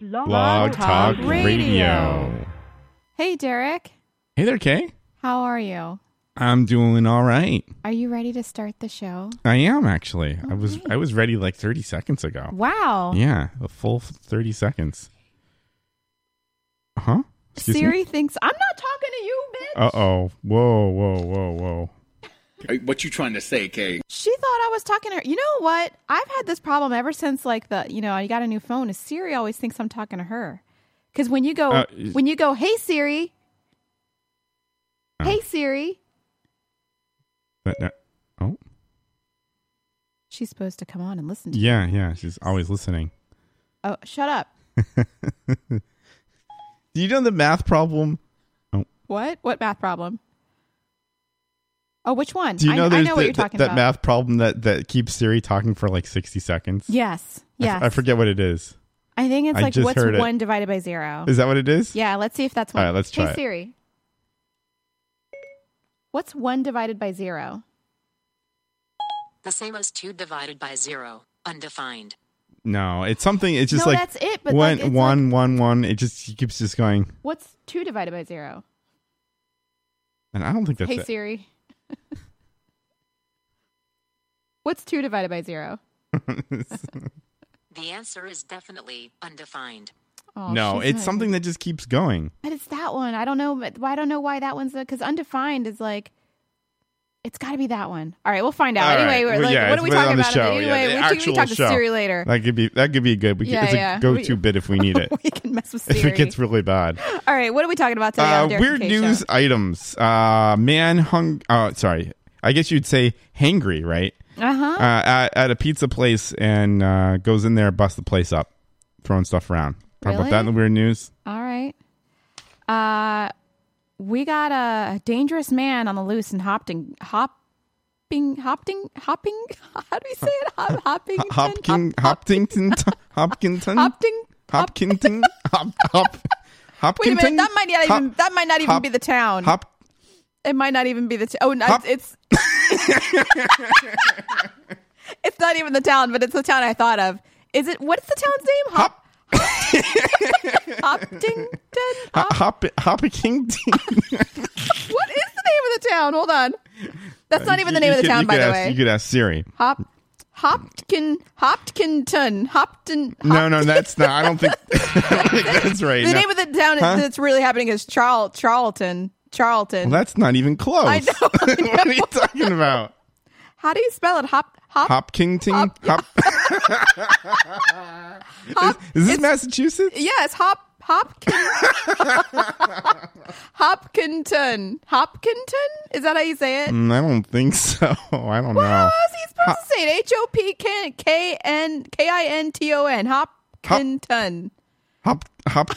Blog, Blog Talk Radio. Hey, Derek. Hey there, Kay. How are you? I'm doing all right. Are you ready to start the show? I am actually. I was I was ready like 30 seconds ago. Wow. Yeah, a full 30 seconds. Huh? Excuse me? Siri thinks I'm not talking to you, bitch. Uh oh. Whoa, whoa, whoa, whoa. Hey, What you trying to say, Kay? She thought I was talking to her. You know what? I've had this problem ever since like the you know I got a new phone. Is Siri always thinks I'm talking to her? Because when you go Uh, when you go, hey Siri, Uh. hey Siri, That- that- oh. she's supposed to come on and listen. to you. Yeah, yeah. She's always listening. Oh, shut up. Do you know the math problem? What? What math problem? Oh, which one? Do you I, know I there's know the- what you're that- talking that about. math problem that that keeps Siri talking for like 60 seconds? Yes. I f- Yes. I forget what it is. I think it's I like just what's heard it. one divided by zero. Is that what it is? yeah, let's see if that's one. All right, let's try hey it. Siri. What's one divided by zero? The same as 2 divided by 0. Undefined. No, it's something. It's just no, like that's it. But one, one, one, like, it's like, one, It just she keeps just going, what's two divided by zero? and I don't think that's hey it. Siri. what's two divided by zero? The answer is definitely undefined. Oh, no, she's it's not- something that just keeps going. But it's that one. I don't know. But I don't know why that one's because undefined is like. It's got to be that one. All right, we'll find out. All right. anyway, we're Well, like, yeah, it's what are we been on talking the about? show. Anyway, Yeah, the we, can- we actual can talk to show. Siri later. That could be that could be good. We Yeah, it's a yeah. go-to bit if we need it. we can mess with if Siri. it gets really bad. All right, what are we talking about today? on Uh, Derek and weird Kay Show? news items. Uh, man hung. Uh, sorry, I guess you'd say hangry, right? Uh-huh. Uh, at, at a pizza place and uh, goes in there, busts the place up, throwing stuff around. Talk about Really? that in the weird news. All right. Uh, we got a dangerous man on the loose in Hopton. Hopping, Hopting, Hopping. How do we say it? Hop, hopping. Hopkin, Hoptington, Hopkinton, Hopting. Hopkinton, Hop, Hop, Hopkinton. Wait a minute. That might not even. that might not even hop- be the town. Hop. It might not even be the. T- oh, no, Hop- it's. it's not even the town, but it's the town I thought of. Is it? What's the town's name? Hop. Hop. Hoptington. Hop. Hop. Hopkinton. What is the name of the town? Hold on. That's not even the You- name you of the could- town, you by could the ask- way. You could ask Siri. Hop, Hopkin, Hopkinton, Hopton. No, no, that's not. I don't think I think that's right. The No. name of the town Huh? that's really happening is Charl Charlton. Charlton. Well, that's not even close. I know, I what are you talking about? How do you spell it? Hop, hop, Hopkinton. Hop. hop. Is this Massachusetts? Yes, hop, Hopkin, Hopkinton, Hopkinton. Is that how you say it? Mm, I don't think so. I don't How know. is he supposed to say it? H O P K K N K I N T O N. Hopkinton. Hop. Hop.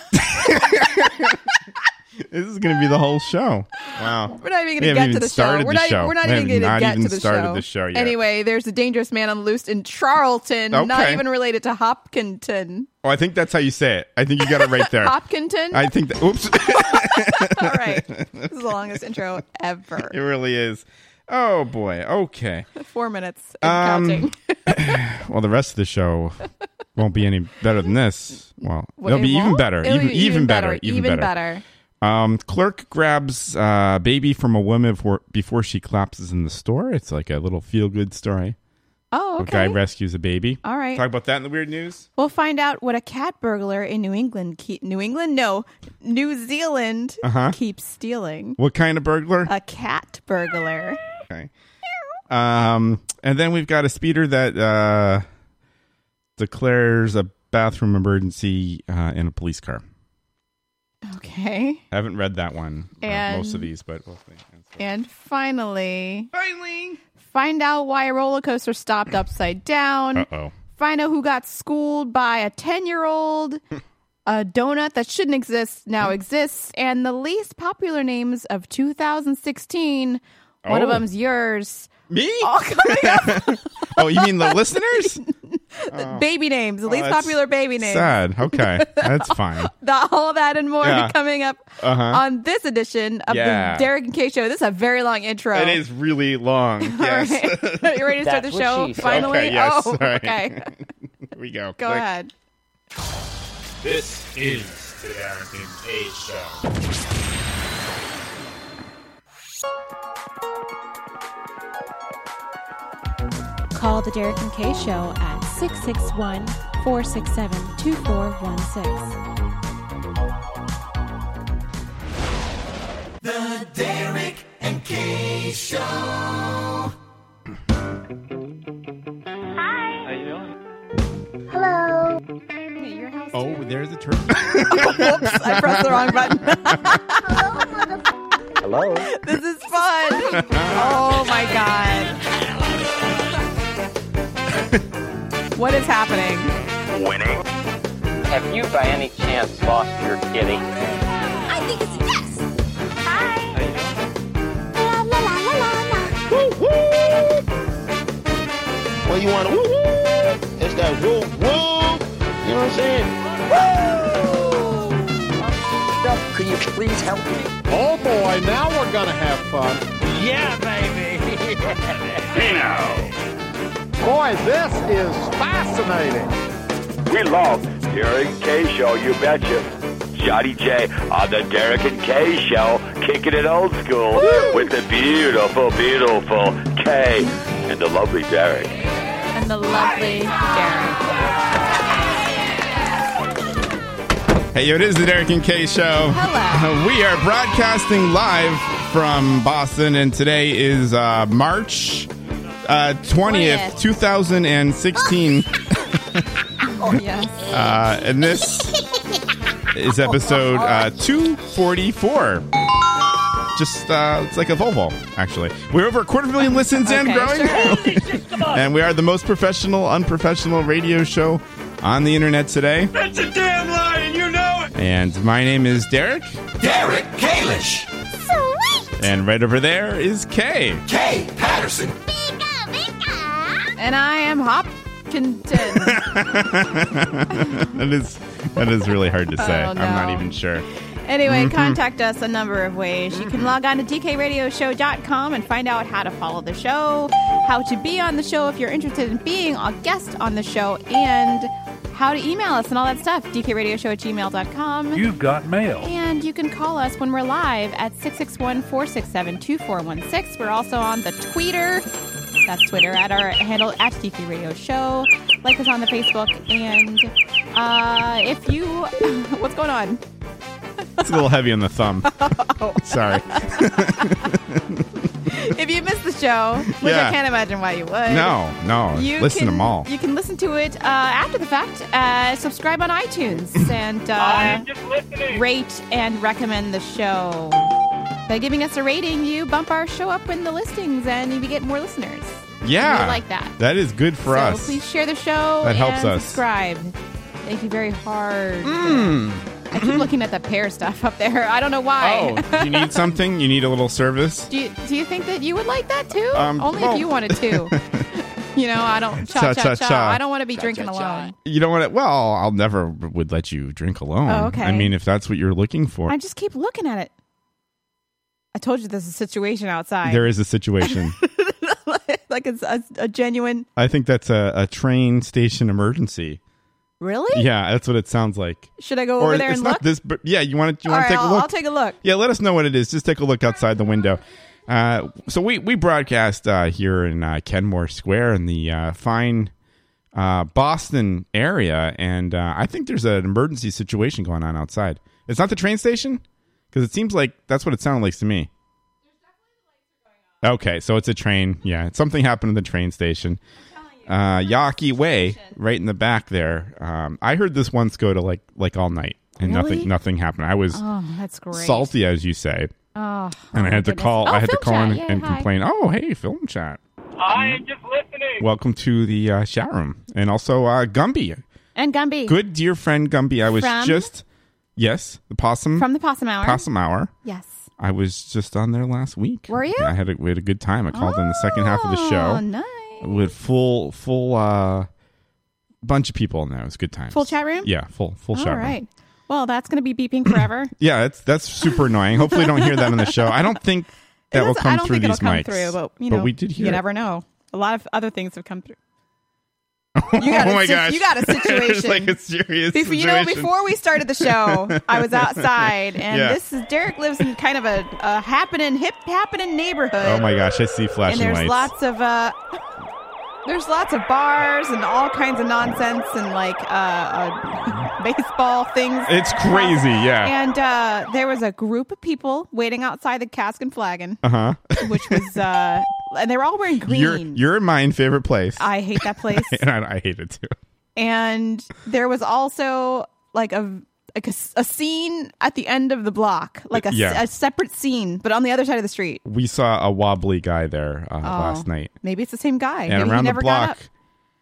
this is going to be the whole show. Wow. We're not even We going to haven't get to even the show. started the We're not. e- show. We're not We even have going to not get even to the started show. the show yet. Anyway, there's a dangerous man on the loose in Charlton, not Okay. even related to Hopkinton. Oh, I think that's how you say it. I think you got it right there. Hopkinton. I think that. Oops. All right, this is the longest intro ever. it really is. Oh, boy. Okay. Four minutes and Um, counting. Well, the rest of the show won't be any better than this. Well, it'll It be even won't? better. It'll Even, be even better. Even, better. Um, clerk grabs uh, baby from a woman before, before she collapses in the store. It's like a little feel good story. Oh, A guy okay. rescues a baby. All right. Talk about that in the weird news. We'll find out what a cat burglar in New England, keep, New England, no, New Zealand Uh-huh. keeps stealing. What kind of burglar? A cat burglar. okay. Um, and then we've got a speeder that uh, declares a bathroom emergency uh, in a police car. Okay. I haven't read that one. uh, most of And- these, but we'll see. And finally, Finally. Find out why a roller coaster stopped upside down. Uh oh. Find out who got schooled by a 10 year old. a donut that shouldn't exist Hmm. now exists. And the least popular names of 2016. One of Oh. them's yours. Me? All coming up. Oh, you mean the listeners? baby names. The least Oh. that's popular baby names. Sad. Okay, that's fine. The, all that and more Yeah. coming up Uh-huh. on this edition of Yeah. the Derek and Kay Show. This is a very long intro. It is really long. Yes. you ready to start That's what the show she said. finally? Okay, yes, oh, sorry. okay. Here we go. Go Click. ahead. This is the Darrington Age Show. Call the Derek and Kay Show at 661 467 2416. Hey, your house. Oh, there's a turtle. Whoops, I pressed the wrong button. Hello. This is fun. Oh my god. What is happening? Have you by any chance lost your kitty? I think it's a yes. Hi. La la la la la la. Well, you want to woo woo? It's that woo woo. You know what I'm saying? Could you please help me? Oh boy, now we're gonna have fun. Yeah, baby. Boy, this is fascinating. We love Derek and Kay Show, you betcha. Johnny J on the Derek and Kay Show, kicking it old school with the beautiful, beautiful Kay and the lovely Derek. And the lovely Derek. Hey, yo, it is the Derek and Kay Show. Hello. Uh, We are broadcasting live from Boston, and today is uh, March uh, 20th, 20th. 2016. Oh, Yes. Uh, and this is episode uh, 244. Just, uh, it's like a Volvo, actually. We're over a quarter million listens and Okay, growing. sure. and we are the most professional, unprofessional radio show on the internet today. That's a damn lie, and you know it! And my name is Derek, Derek Kalish! Sweet. and right over there is Kay. Kay Patterson! Bika bika. And I am Hopkinton. That is that is really hard to say. Oh, no. I'm not even sure. Anyway, Mm-hmm. contact us a number of ways. You can log on to dkradioshow.com and find out how to follow the show, how to be on the show if you're interested in being a guest on the show, and how to email us and all that stuff. dkradioshow at gmail.com. You've got mail. And you can call us when we're live at 661 467 2416. We're also on the Twitter. That's Twitter at our handle at DQ Radio Show. Like us on the Facebook. And uh, if you. What's going on? It's a little heavy on the thumb. Sorry. If you missed the show, which Yeah. I can't imagine why you would. No, no. You Listen can, to them all. You can listen to it uh, after the fact. Uh, subscribe on iTunes and uh, rate and recommend the show. By giving us a rating, you bump our show up in the listings and you get more listeners. yeah, we like that. That is good for so us. please share the show That and helps us. subscribe. Thank you very hard. I keep looking at the pear stuff up there. I don't know why. Mm-hmm. oh, you need something? You need a little service? Do you, do you think that you would like that too? Um, Only well- if you wanted to. you know, I don't cha cha cha. Cha-cha-cha. I don't want to be drinking alone. You don't want to. Well, I'll never would let you drink alone. Oh, okay. I mean, if that's what you're looking for, I just keep looking at it. I told you there's a situation outside. there is a situation. like it's a, a genuine. I think that's a, a train station emergency. Really? Yeah, that's what it sounds like. Should I go over there it's and not look? this. But yeah, you want to you All want right, to take I'll, a look. I'll take a look. yeah, let us know what it is. Just take a look outside the window. Uh, so we we broadcast uh, here in uh, Kenmore Square in the uh, fine uh, Boston area, and uh, I think there's an emergency situation going on outside. It's not the train station because it seems like that's what it sounded like to me. Okay, so it's a train. Yeah, something happened in the train station. Uh, Yaki Way, right in the back there. Um, I heard this once go to like like all night, and Really? nothing nothing happened. I was Oh, that's great. salty as you say Oh, and i had to goodness. call Oh, i had to film call in chat. Yeah, and hi. complain oh hey film chat I am just listening. welcome to the uh, chat room and also uh, gumby and Gumby good dear friend gumby i was From? just yes the possum from the Possum Hour. possum hour Yes. i was just on there last week Were you? i had a, we had a good time i called in the second half of the Oh, show nice. with full full uh bunch of people in there it was a good time Full chat room. yeah full full All chat room. right. Well, that's going to be beeping forever. yeah that's that's super annoying hopefully you don't hear that on the show i don't think that will doesn't- come I don't through think these it'll mics come through, but you know, we did hear You it. never know. A lot of other things have come through. You got oh a my sit- gosh. You got a it's situation. like a serious Before, you know, situation. before we started the show, I was outside, and Yeah. this is Derek lives in kind of a, a happening, hip happening neighborhood. Oh my gosh, I see and flashing there's lights. lots of uh, there's lots of bars and all kinds of nonsense and like uh, uh, baseball things. it's crazy, yeah. and uh, there was a group of people waiting outside the cask and flagon, Uh huh. which was uh, and they were all wearing green. You're you're in my favorite place, I hate that place. and I, I hate it too. and there was also like a like a, s- a scene at the end of the block, like a, s- Yeah. a separate scene, but on the other side of the street. We saw a wobbly guy there uh, Oh. last night, Maybe it's the same guy. and Maybe he around the never got block, up.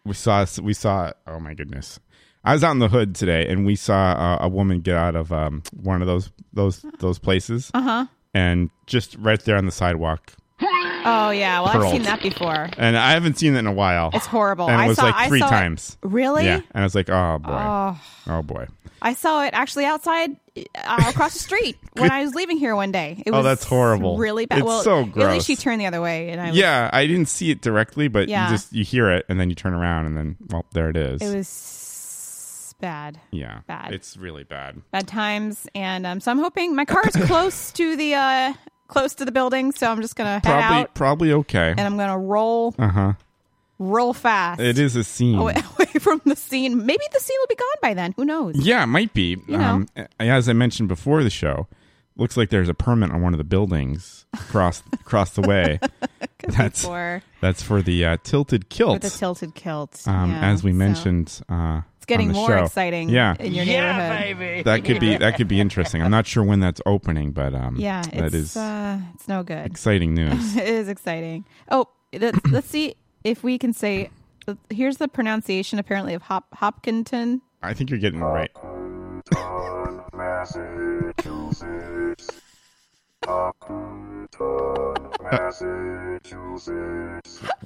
we saw we saw. Oh my goodness. I was out in the hood today, and we saw uh, a woman get out of um, one of those those those places, uh-huh. and just right there on the sidewalk. Oh yeah, well I've Curled. seen that before. And I haven't seen that in a while. It's horrible. And it I was saw- I like three saw it- times. Really? Yeah, and I was like, oh boy, Oh. oh boy. I saw it actually outside uh, across the street when I was leaving here one day. It Oh, was that's horrible. Really bad. It's well, so At least gross. she turned the other way, and I was, Yeah, I didn't see it directly, but Yeah. you just you hear it and then you turn around and then well, there it is. it was bad. yeah, bad. It's really bad. bad times and um, so i'm hoping my car is close to the uh close to the building so i'm just gonna head Probably out probably okay. and i'm gonna roll Uh huh. roll fast It is a scene. away, away from the scene maybe the scene will be gone by then who knows yeah, it might be. Um, You know. as I mentioned before the show, looks like there's a permit on one of the buildings across across the way. that's for that's for the uh, tilted with kilt. the tilted kilt um, Yeah, as we so mentioned, uh, it's getting on the more show. exciting Yeah, in your neighborhood that could be that could be interesting. I'm not sure when that's opening, but um, yeah it's, that is uh, it's no good exciting news. it is exciting oh let's, let's see if we can say here's the pronunciation apparently of Hop- hopkinton I think you're getting it right.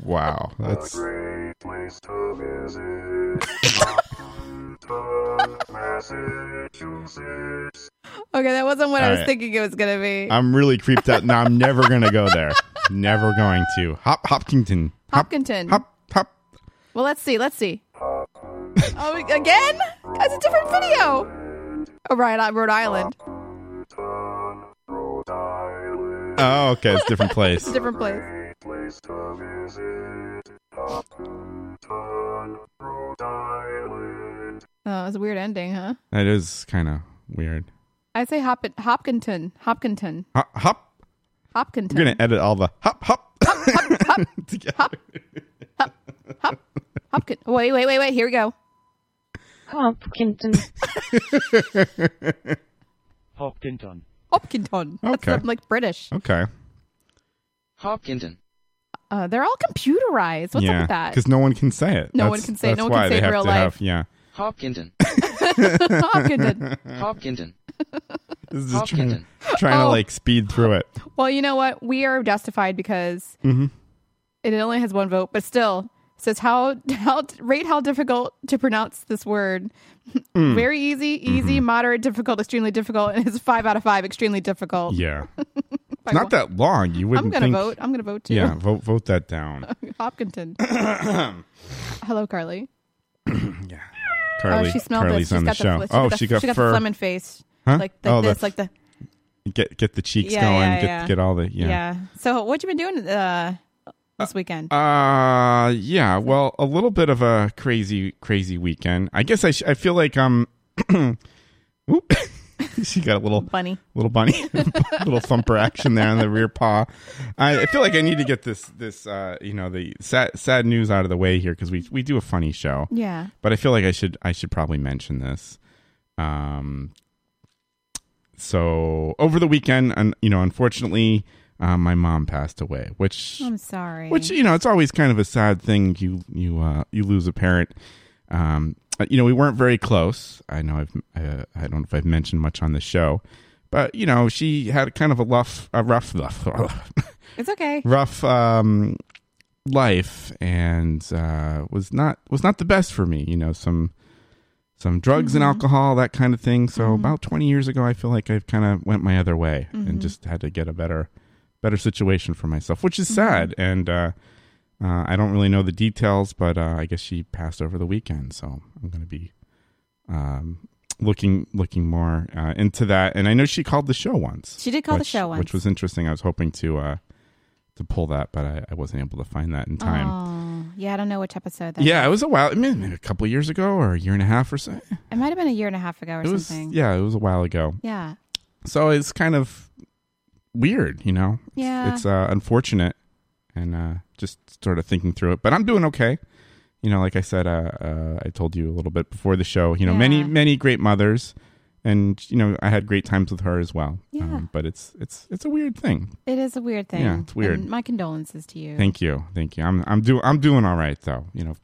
Wow, that's Okay, that wasn't what I All was right. thinking it was gonna be. I'm really creeped out. No, I'm never gonna go there. Never going to Hop Hopkinton. Hop Hopkinton. Hop Hop. well, let's see. Let's see. oh, again? That's a different video. Oh, right, uh, Rhode Island. Oh, okay, it's a different It's place. a different place. Oh, it's a weird ending, huh? That is kind of weird. I say Hop- Hopkinton, Hopkinton, Hop Hop. Hopkinton. We're gonna edit all the hop hop together. Hopkin- wait, wait, wait, wait. Here we go. Hopkinton. Hopkinton. Hopkinton. That's Okay. um, like British. Okay. Hopkinton. Uh, they're all computerized. What's yeah, up with that? Because no one can say it. No That's- one can say it. That's No one why can say it they in have real to life. Have, yeah. Hopkinton. Hopkinton. Hopkinton. This is just trying, Hopkinton. trying to Oh. like speed through it. Well, you know what? We are justified because Mm-hmm. it only has one vote, but still it says how how rate how difficult to pronounce this word. Mm. Very easy, easy, Mm-hmm. moderate, difficult, extremely difficult, and it's five out of five. Extremely difficult. Yeah. it's not that long. You wouldn't I'm gonna think. vote. I'm gonna vote too. Oh, Yeah, vote vote that down. Hopkinton. Hello, Carly. Carly, oh, she smelled Carly's this. She's on got the show. the, she oh, got the, she got she got fur. the lemon face. Huh? Like, like Oh, this, that's- like the get get the cheeks Yeah, going. yeah, get yeah. get all the yeah. yeah. So what you been doing uh, this weekend? Uh yeah, well, a little bit of a crazy crazy weekend. I guess I sh- I feel like um oop. she got a little Bunny. little bunny little thumper action there on the rear paw. I, I feel like I need to get this this uh you know the sad sad news out of the way here cuz we we do a funny show. yeah. But I feel like I should I should probably mention this. Um so over the weekend and you know unfortunately uh, my mom passed away, which I'm sorry. which you know, it's always kind of a sad thing. You you uh, you lose a parent. Um, uh, you know, we weren't very close. I know I've uh, I don't know if I've mentioned much on the show, but you know, she had kind of a rough a rough rough it's okay. rough um, life, and uh, was not was not the best for me. You know, some some drugs Mm-hmm. and alcohol, that kind of thing. So about twenty years ago, I feel like I've kind of went my other way Mm-hmm. Mm-hmm. and just had to get a better better situation for myself, which is sad. And uh, Uh, I don't really know the details, but uh, I guess she passed over the weekend, so I'm going to be um, looking looking more uh, into that. And I know she called the show once. She did call the which- show once. which was interesting. I was hoping to uh, to pull that, but I, I wasn't able to find that in time. Oh, yeah, I don't know which episode that Yeah, it was a while. I mean, maybe a couple years ago or a year and a half or so. It might have been a year and a half ago or It was something. yeah, it was a while ago. Yeah. So it's kind of weird, you know. It's- Yeah. it's uh, unfortunate, and uh, just sort of thinking through it. But I'm doing okay. You know, like I said, uh, uh, I told you a little bit before the show. You know, many Yeah. many great mothers, and you know, I had great times with her as well. Um, Yeah. but it's it's it's a weird thing. It is a weird thing. Yeah, it's weird. And my condolences to you. Thank you, thank you. I'm I'm do I'm doing all right though. You know,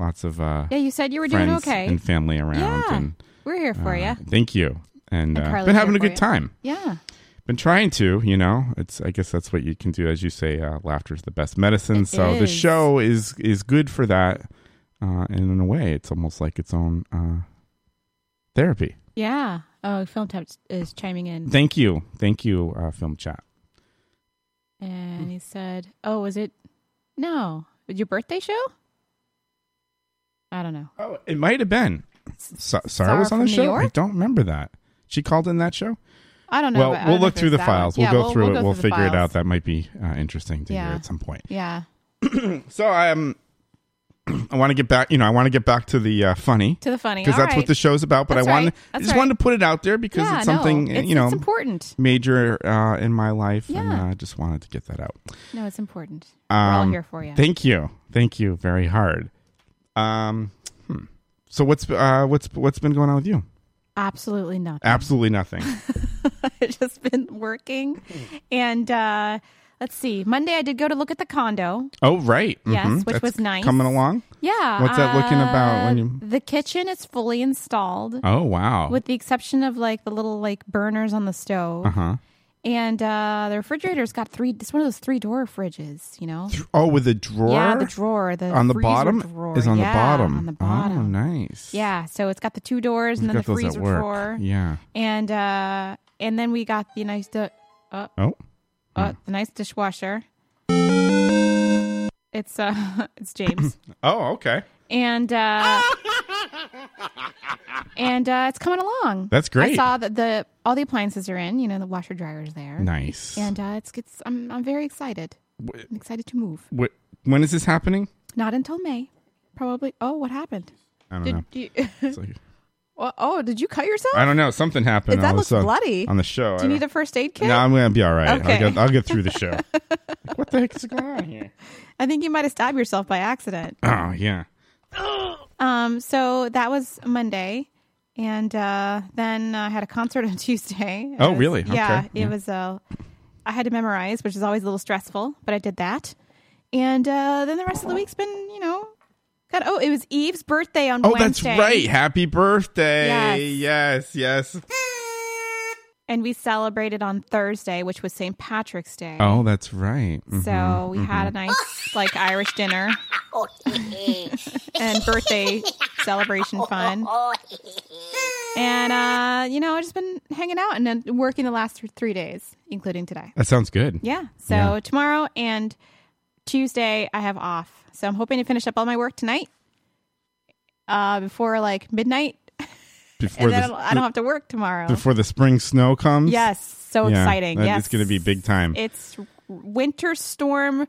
lots of uh, yeah, you said you were doing friends okay. and family around. Yeah. and we're here for Uh, you. Thank you. And, uh, And Carly's been having here a good for you. time. Yeah. Been trying to, you know. It's I guess that's what you can do, as you say. Uh, Laughter is the best medicine. It so the is. show is is good for that. Uh, and in a way, it's almost like its own uh, therapy. Yeah. Oh, Film Tap is chiming in. Thank you, thank you, uh, film chat. and he said, Oh, was it? No. Was your birthday show? I don't know. Oh, it might have been. Sa- Sarah was Sarah on the from New show. I York? don't remember that. She called in that show. I don't know. well, but I we'll don't know look if through it's the that files. one. Yeah, We'll go through go it. We'll the figure it files. out. That might be uh, interesting to Yeah. hear at some point. Yeah. So I um, I want to get back. You know, I want to get back to the uh, funny To the funny. because All that's what right. the show's about. But That's I wanted, right. I That's just wanted right. to put it out there because yeah, it's something no, it's, you know It's important. major uh, in my life, and Yeah. uh, I just wanted to get that out. No, it's important. We're all Um, here for you. Thank you, thank you, very hard. Um, hmm. so what's uh, what's what's been going on with you? Absolutely not. Absolutely nothing. I've just been working. And uh, let's see. Monday, I did go to look at the condo. oh right, Yes, Mhm. which That's was nice. Coming along. Yeah. uh, What's that looking about when you- The kitchen is fully installed, Oh wow. with the exception of like the little like burners on the stove. uh huh. And uh, the refrigerator's got three. It's one of those three door fridges, you know. Oh, with the drawer. Yeah, the drawer, the on the freezer bottom drawer. is on Yeah, the bottom. on the Oh, bottom. nice. Yeah, so it's got the two doors We've and then the got those at freezer work. drawer, Yeah. and uh, and then we got the nice di- uh, Oh. uh, the nice dishwasher. It's uh, it's James, Oh, okay. and uh, and uh, it's coming along. That's I great. saw that the all the appliances are in. You know, the washer dryer's there, Nice. and uh, it's it's I'm I'm very excited. I'm excited to move. Wh- when is this happening? Not until May, probably. Oh, what happened? I don't know. Did you? It's like- Well, oh, did you cut yourself? I don't know. Something happened. That all of a looks sudden bloody. on the show. Do you need a first aid kit? No, I'm gonna be all right. Okay. I'll, get, I'll get through the show. Like, what the heck is going on here? I think you might have stabbed yourself by accident. Oh yeah. Um, so that was Monday, and uh, then I had a concert on Tuesday. Oh, It was- really? Yeah, Okay. it Yeah. was. Uh, I had to memorize, which is always a little stressful, but I did that. And uh, then the rest of the week's been, you know, God. Oh, it was Eve's birthday on Oh, that's Wednesday. right. Happy birthday. Yes. Yes. And we celebrated on Thursday, which was St. Patrick's Day. Oh, that's right. Mhm. So we had a nice like Irish dinner and birthday celebration fun. And uh, you know, I've just been hanging out and then working the last th- three days, including today. that sounds good. Yeah. So Yeah. tomorrow and Tuesday I have off. So I'm hoping to finish up all my work tonight. Uh, before like midnight, Before and then the I'll- I don't have to work tomorrow. before the spring snow comes. yes, so Yeah. exciting! That- Yes, It's gonna be big time. It's winter storm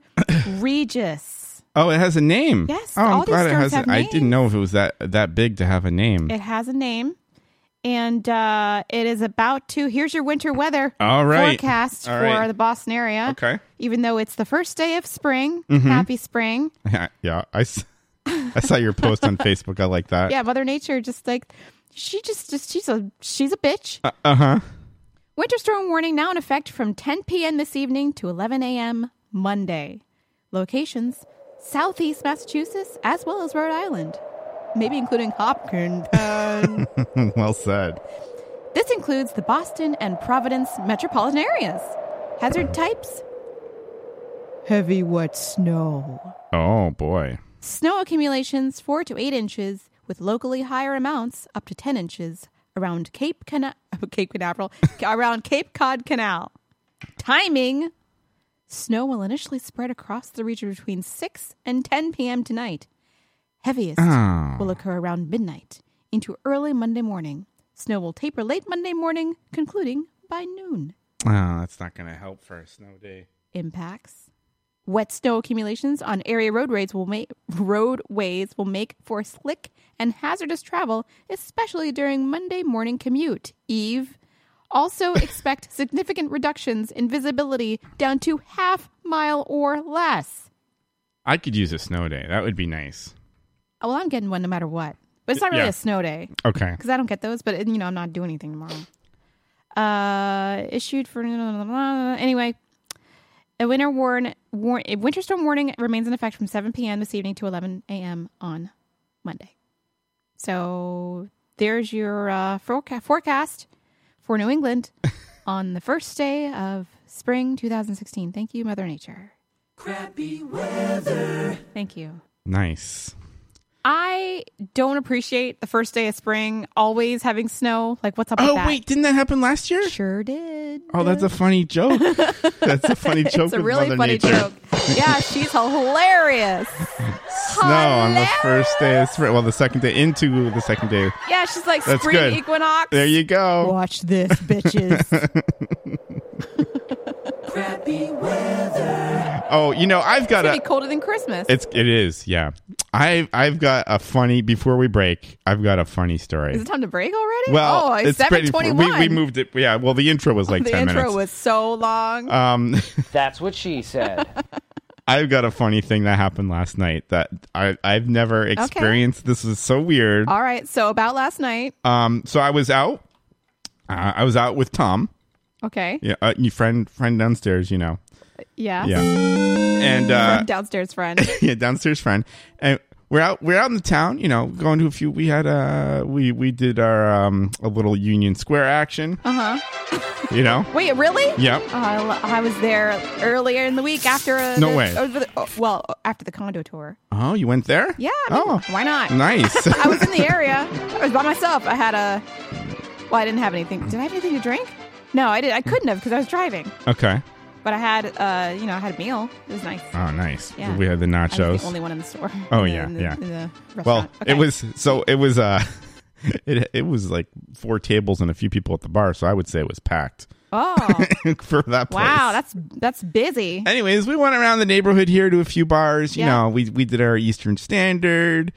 Regis. Oh, it has a name. Yes, Oh, I'm all these glad it storms has. a- have I didn't know if it was that that big to have a name. It has a name, and uh, it is about to. Here's your winter weather All right. forecast All for right. the Boston area. Okay. Mm-hmm. Even though it's the first day of spring, happy spring. yeah, I, s- I saw your post on Facebook. I like that. Yeah, Mother Nature just like she just just she's a she's a bitch. Uh huh. Winter storm warning now in effect from 10 p.m. this evening to 11 a.m. Monday. Locations: Southeast Massachusetts as well as Rhode Island, maybe including Hopkins. well said. This includes the Boston and Providence metropolitan areas. Hazard types heavy wet snow, Oh boy. snow accumulations 4 to 8 inches, with locally higher amounts up to 10 inches around Cape, Cana- Cape Canaveral, around Cape Cod Canal. Timing Snow will initially spread across the region between 6 and 10 p.m. tonight. Heaviest Oh. will occur around midnight into early Monday morning. Snow will taper late Monday morning, concluding by noon. Oh, that's not going to help for a snow day. Impacts. Wet snow accumulations on area roadways will make roadways will make for slick and hazardous travel, especially during Monday morning commute. Eve. Also expect significant reductions in visibility down to half mile or less. I could use a snow day. That would be nice. Oh, well, I'm getting one no matter what. But it's not really Yeah. a snow day. Okay. because I don't get those. But you know, I'm not doing anything tomorrow. Uh, issued for anyway. A winter warn, warn a winter storm warning remains in effect from 7 p.m. this evening to 11 a.m. on Monday. So there's your uh, foreca- forecast for New England on the first day of spring 2016. Thank you, Mother Nature. Crappy weather. Thank you. Nice. I don't appreciate the first day of spring always having snow. Like, what's up with Oh, that? wait. Didn't that happen last year? Sure did. Oh, that's a funny joke. that's a funny joke. It's a with really Mother funny Nature. joke. Yeah, she's hilarious. Snow on the first day of spring. Well, the second day into the second day. Yeah, she's like That's spring good. equinox. There you go. Watch this, bitches. Oh, you know I've got It'll be a. colder than Christmas. It's it is yeah. I I've got a funny before we break. I've got a funny story. Is it time to break already? well, oh, it's pretty. We, 721. we moved it. Yeah. Well, the intro was like the ten intro minutes. was so long. um, That's what she said. I've got a funny thing that happened last night that I I've never experienced. This is so weird. All right, so about last night. Um, so I was out. Uh, I was out with Tom. Okay. Yeah, uh, your friend friend downstairs. You know. Yeah. Yeah. And uh, Downstairs friend. yeah, downstairs friend. And we're out we're out in the town, you know, going to a few we had uh we we did our um a little Union Square action. Uh huh. You know? Wait, really? Yep. Oh, I, lo- I was there earlier in the week after a, No the- way. over the- oh, well after the condo tour. Oh, you went there? Yeah. I mean, Oh. Why not? Nice. I was in the area. I was by myself. I had a. Well, I didn't have anything. Did I have anything to drink? No, I did. I couldn't have because I was driving. okay. But I had, uh, you know, I had a meal. It was nice. Oh, nice. Yeah. We had the I was nachos. the only one in the store. Oh, In the- yeah, in the- yeah. in the well, restaurant. it Okay. was so it was uh it it was like four tables and a few people at the bar, so I would say it was packed Oh for that place. wow, that's that's busy. Anyways, we went around the neighborhood here to a few bars. You Yeah. know, we we did our Eastern Standard.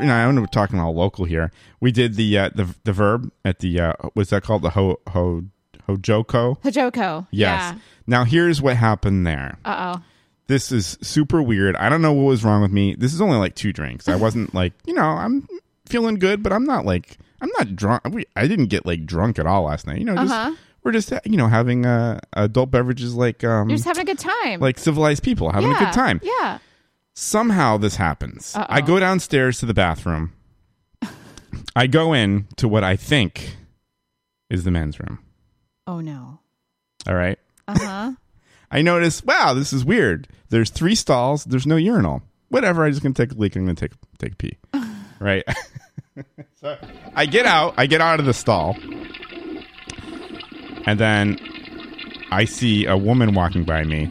You know, I know we're talking all local here. We did the uh, the the verb at the uh, what's that called? The ho ho hojoko. Hajoko. Yes. Now here's what happened there. Yeah. Uh oh. This is super weird. I don't know what was wrong with me. This is only like two drinks. I wasn't like you know I'm feeling good, but I'm not like I'm not drunk. We- I didn't get like drunk at all last night. You know, just, Uh-huh. we're just you know having uh, adult beverages like um You're just having a good time. like civilized people having a Mm-hmm. Yeah, good time. Yeah. Somehow this happens. Uh-oh. I go downstairs to the bathroom. I go in to what I think is the men's room. Oh no. All right. Uh huh. I notice, wow, this is weird. There's three stalls, there's no urinal. Whatever, I'm just gonna take a leak, I'm gonna take take a pee. right. so I get out, I get out of the stall, and then I see a woman walking by me.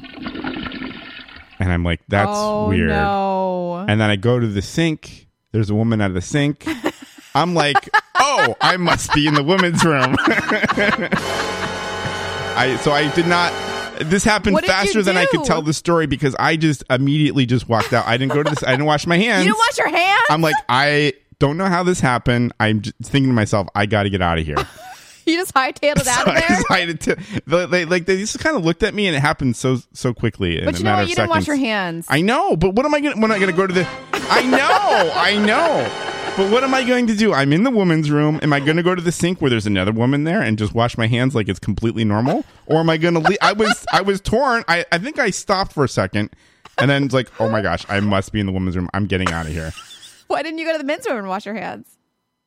And I'm like, that's oh, weird. No. And then I go to the sink. There's a woman out of the sink. I'm like, oh, I must be in the women's room. I so I did not. This happened What did you faster than I could do? tell the story because I just immediately just walked out. I didn't go to this. I didn't wash my hands. you don't wash your hands? I'm like, I don't know how this happened. I'm just thinking to myself, I got to get out of here. you just hightailed it out So of I there? decided to. They, they- like they just kind of looked at me, and it happened so so quickly. In But a you know matter what? of You didn't wash seconds. your hands. I know, but what am I gonna? When I gonna go to the? I know, I know. But what am I going to do? I'm in the woman's room. Am I going to go to the sink where there's another woman there and just wash my hands like it's completely normal, or am I going to leave? I was I was torn. I I think I stopped for a second, and then it's like, oh my gosh, I must be in the woman's room. I'm getting out of here. Why didn't you go to the men's room and wash your hands?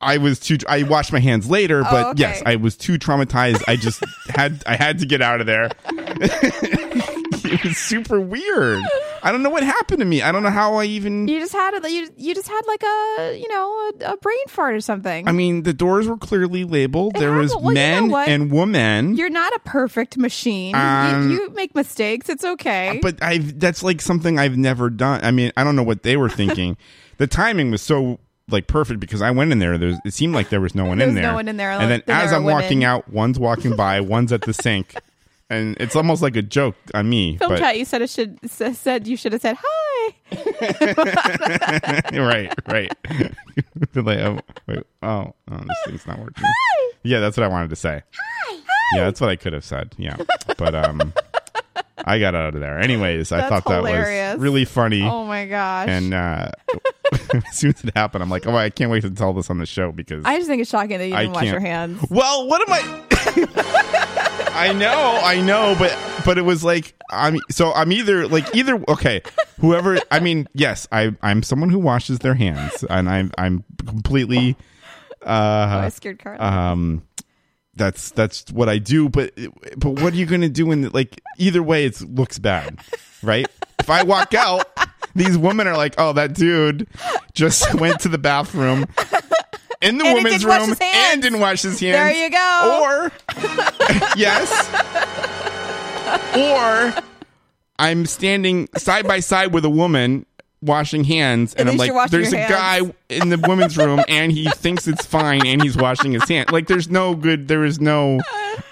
I was too. I washed my hands later, but okay. yes, I was too traumatized. I just had I had to get out of there. it was super weird. I don't know what happened to me. I don't know how I even. You just had a, you you just had like a you know a, a brain fart or something. I mean, the doors were clearly labeled. It there was happened- well, you know men what? and women. You're not a perfect machine. You- Um, you, you make mistakes. It's okay. but I that's like something I've never done. I mean, I don't know what they were thinking. the timing was so like perfect because I went in there. There was, it seemed like there was no one There in was there. no one in there, And then like, there as are I'm walking women. out, one's walking by, one's at the sink, and it's almost like a joke on me. Film but- chat. You said it should s- said you should have said hi. right, right. like, oh, wait, oh, oh, this thing's not working. Yeah, that's what I wanted to say. Yeah, that's what I could have said. Yeah, but um, I got out of there. Anyways, I That's thought that hilarious. was really funny. Oh my gosh. and uh, as soon as it happened, I'm like, oh, I can't wait to tell this on the show because I just think it's shocking that you I didn't wash can't- uh, your hands. Well, what am I? I know, I know, but but it was like I'm so I'm either like either okay, whoever I mean, yes, I I'm someone who washes their hands, and I'm I'm completely Oh, I uh scared Carly. um that's that's what I do, but but what are you gonna do when like either way it looks bad, right? If I walk out, these women are like, oh, that dude just went to the bathroom. In the And he women's didn't wash room his hands. and didn't wash his hands. There you go. Or yes. or I'm standing side by side with a woman washing hands, and At I'm least like, you're washing "There's a your hands." guy in the women's room, and he thinks it's fine, and he's washing his hand. Like, there's no good. There is no.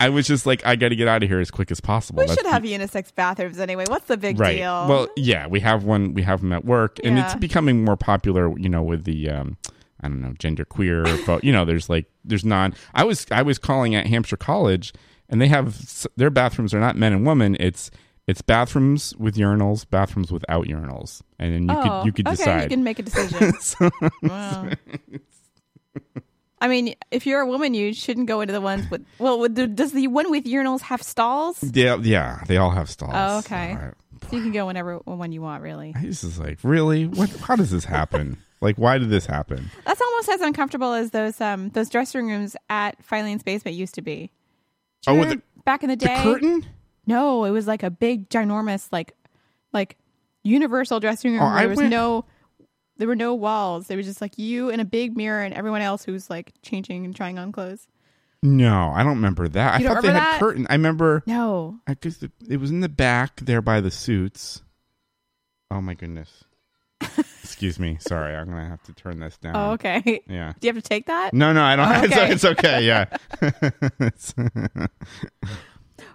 I was just like, I got to get out of here as quick as possible. we That's should the- have unisex bathrooms anyway. What's the big right. deal? Well, yeah, we have one. We have them at work, and it's Yeah. becoming more popular. You know, with the um, I don't know, gender queer. but you know, there's like there's non. I was I was calling at Hampshire College, and they have s- their bathrooms are not men and women. It's it's bathrooms with urinals, bathrooms without urinals, and then you oh, could you could okay, decide. You can make a decision. Wow. I mean, if you're a woman, you shouldn't go into the ones with. Well, with the, does the one with urinals have stalls? So yeah, yeah, they all have stalls. Oh, okay. All right. you can go whenever one you want. Really, This is like really. What? How does this happen? like, why did this happen? that's almost as uncomfortable as those um those dressing rooms at Filene's basement used to be. Do you Oh, with remember back in the The day, curtain. No, it was like a big, ginormous, like, like universal dressing room. Oh, where I there was went- no, there were no walls. There was just like you and a big mirror and everyone else who was like changing and trying on clothes. No, I don't remember that. You I don't thought they had remember that? curtain. I remember. No, I guess it, it was in the back there by the suits. Oh my goodness. Excuse me. Sorry, I'm gonna have to turn this down. oh okay. Uh, Yeah. Mm. Do you have to take that? No, no, I don't. Oh, okay. It's, it's okay. Yeah. It's-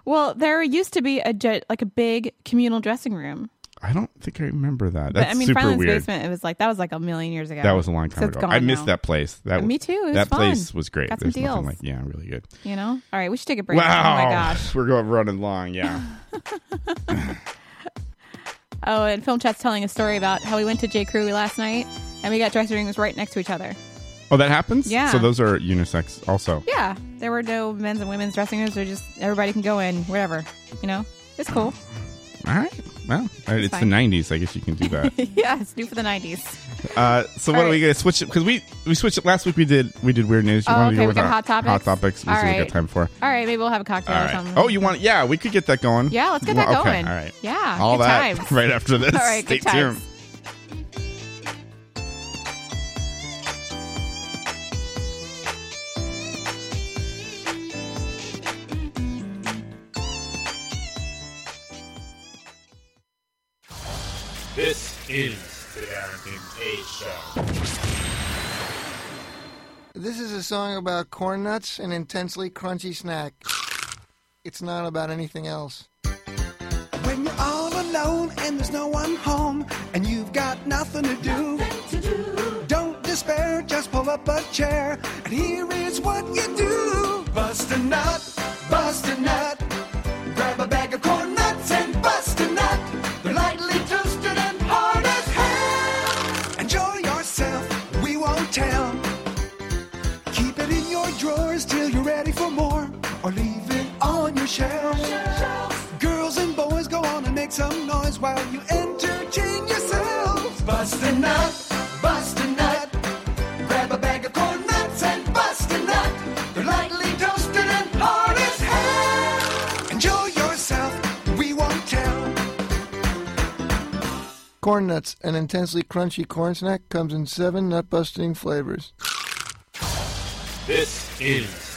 Well, there used to be a ge- like a big communal dressing room. I don't think I remember that. But That's I mean, super Filene's weird. basement. It was like that was like a million years ago. That was a long So time it's ago. gone I missed now. that place. That Me too. It was that fun. place was great. Got some There's nothing deals. like yeah, really good. You know. All right, we should take a break. Wow. Oh my gosh. We're going running long. Yeah. Oh, and film chat's telling a story about how we went to J Crew last night and we got dressing rooms right next to each other. oh, that happens. Yeah. So those are unisex also. Yeah, there were no men's and women's dressing rooms. They're just everybody can go in, whatever. You know, it's cool. All right. Well, all right, it's fine. the '90s. I guess you can do that. yeah, it's new for the nineties. Uh, so what All are we right. gonna switch it because we we switched it last week we did we did weird news. Oh, wanna okay, deal we with got our- hot topics? Hot topics. This All is a right. good time for. All right, maybe we'll have a cocktail All or right. something. Oh, you want? Yeah, we could get that going. Yeah, let's get You want- that okay, going. all right. Yeah, All good that times. right after this. All right, Stay good times. tuned. This is the Darrington A Show. This is a song about corn nuts, an intensely crunchy snack. It's not about anything else. When you're all alone and there's no one home and you've got nothing to do, don't despair, just pull up a chair and here is what you do. Bust a nut, bust a nut, grab a bag of corn nuts and bust a nut. They're lightly toasted and hard as hell. Enjoy yourself, we won't tell. Keep it in your drawers till you're ready for more, or leave it on your shelf. Girls and boys go on and make some noise while you entertain yourselves. Bust a nut, bust a nut. Grab a bag of corn nuts and bust a nut. They're lightly toasted and hard as hell. Enjoy yourself, we won't tell. Corn Nuts, an intensely crunchy corn snack, comes in seven nut busting flavors. This is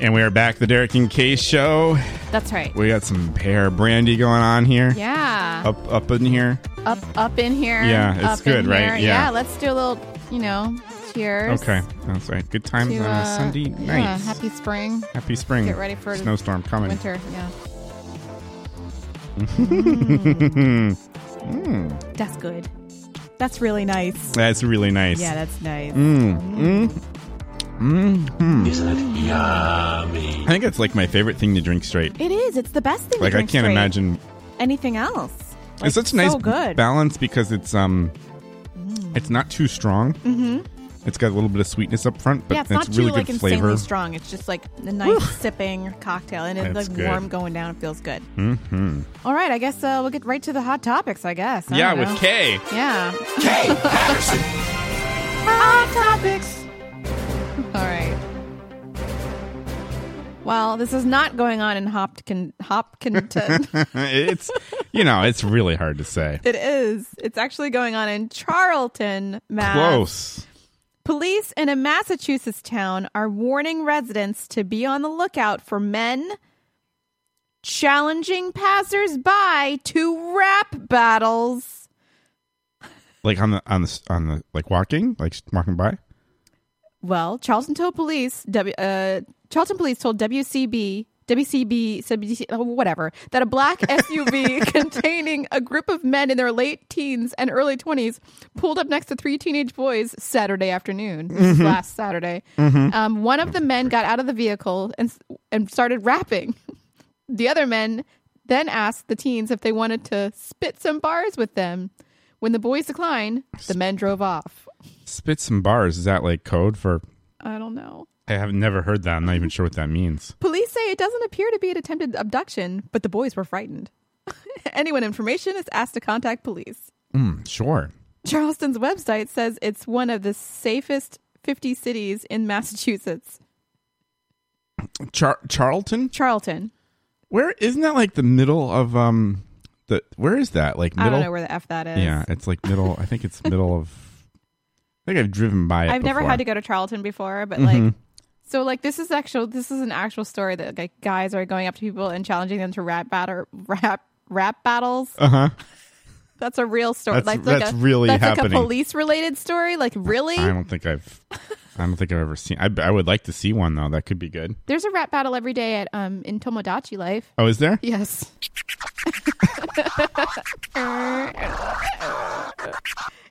And we are back, the Derek and Kay Show. That's right. We got some pear brandy going on here. Yeah. Up up in here. Up up in here. Yeah, it's up in good, right? here. Yeah. yeah, let's do a little, you know, cheers. Okay. That's right. Good times to, on uh, a Sunday yeah, night. happy spring. Happy spring. Get ready for snowstorm coming. Winter, yeah. mm. That's good. That's really nice. That's really nice. Yeah, that's nice. Mm. Mm. Mm. Mm. I think it's like my favorite thing to drink straight. It is. It's the best thing. to Like I drink can't straight. imagine. anything else. Like, it's such a nice So good. Mm. balance because it's um, it's not too strong. hmm It's got a little bit of sweetness up front, but yeah, it's, not really too like good insanely flavor. strong. It's just like a nice sipping cocktail, and it's That's like good. warm going down. It feels good. Mm-hmm. All right, I guess uh, we'll get right to the hot topics. I guess. I Yeah, don't with know. Kay. Yeah. Kay Patterson. hot topics. All right. Well, this is not going on in Hopkin, Hopkinton. it's you know it's really hard to say. it is. It's actually going on in Charlton, Mass. Close. Police in a Massachusetts town are warning residents to be on the lookout for men challenging passersby to rap battles. Like on the on the on the like walking like walking by. Well, Charlton told police, w, uh, Charlton police told WCB, WCB, WC, oh, whatever, that a black SUV containing a group of men in their late teens and early 20s pulled up next to three teenage boys Saturday afternoon, This is Mhm. last Saturday. Mhm. Um, one of the men got out of the vehicle and, and started rapping. The other men then asked the teens if they wanted to spit some bars with them. When the boys declined, the men drove off. Spit some bars. Is that like code for? I don't know. I have never heard that. I'm not even sure what that means. Police say it doesn't appear to be an attempted abduction, but the boys were frightened. Anyone information is asked to contact police. Mm, sure. Charleston's website says it's one of the safest 50 cities in Massachusetts. Char- Charlton. Charlton. Where isn't that like the middle of um the where is that like I middle? don't know where the F that is. Yeah, it's like middle. I think it's middle of. I think I've driven by it. I've never before. had to go to Charlton before, but like Mhm. so like this is actual this is an actual story that like guys are going up to people and challenging them to rap batter rap rap battles. Uh huh. That's a real story. That's- like, like that's a, really that's like happening. a police related story. Like really? I don't think I've. I don't think I've ever seen. I, I would like to see one though. That could be good. There's a rap battle every day at um in Tomodachi Life. Oh, is there? Yes.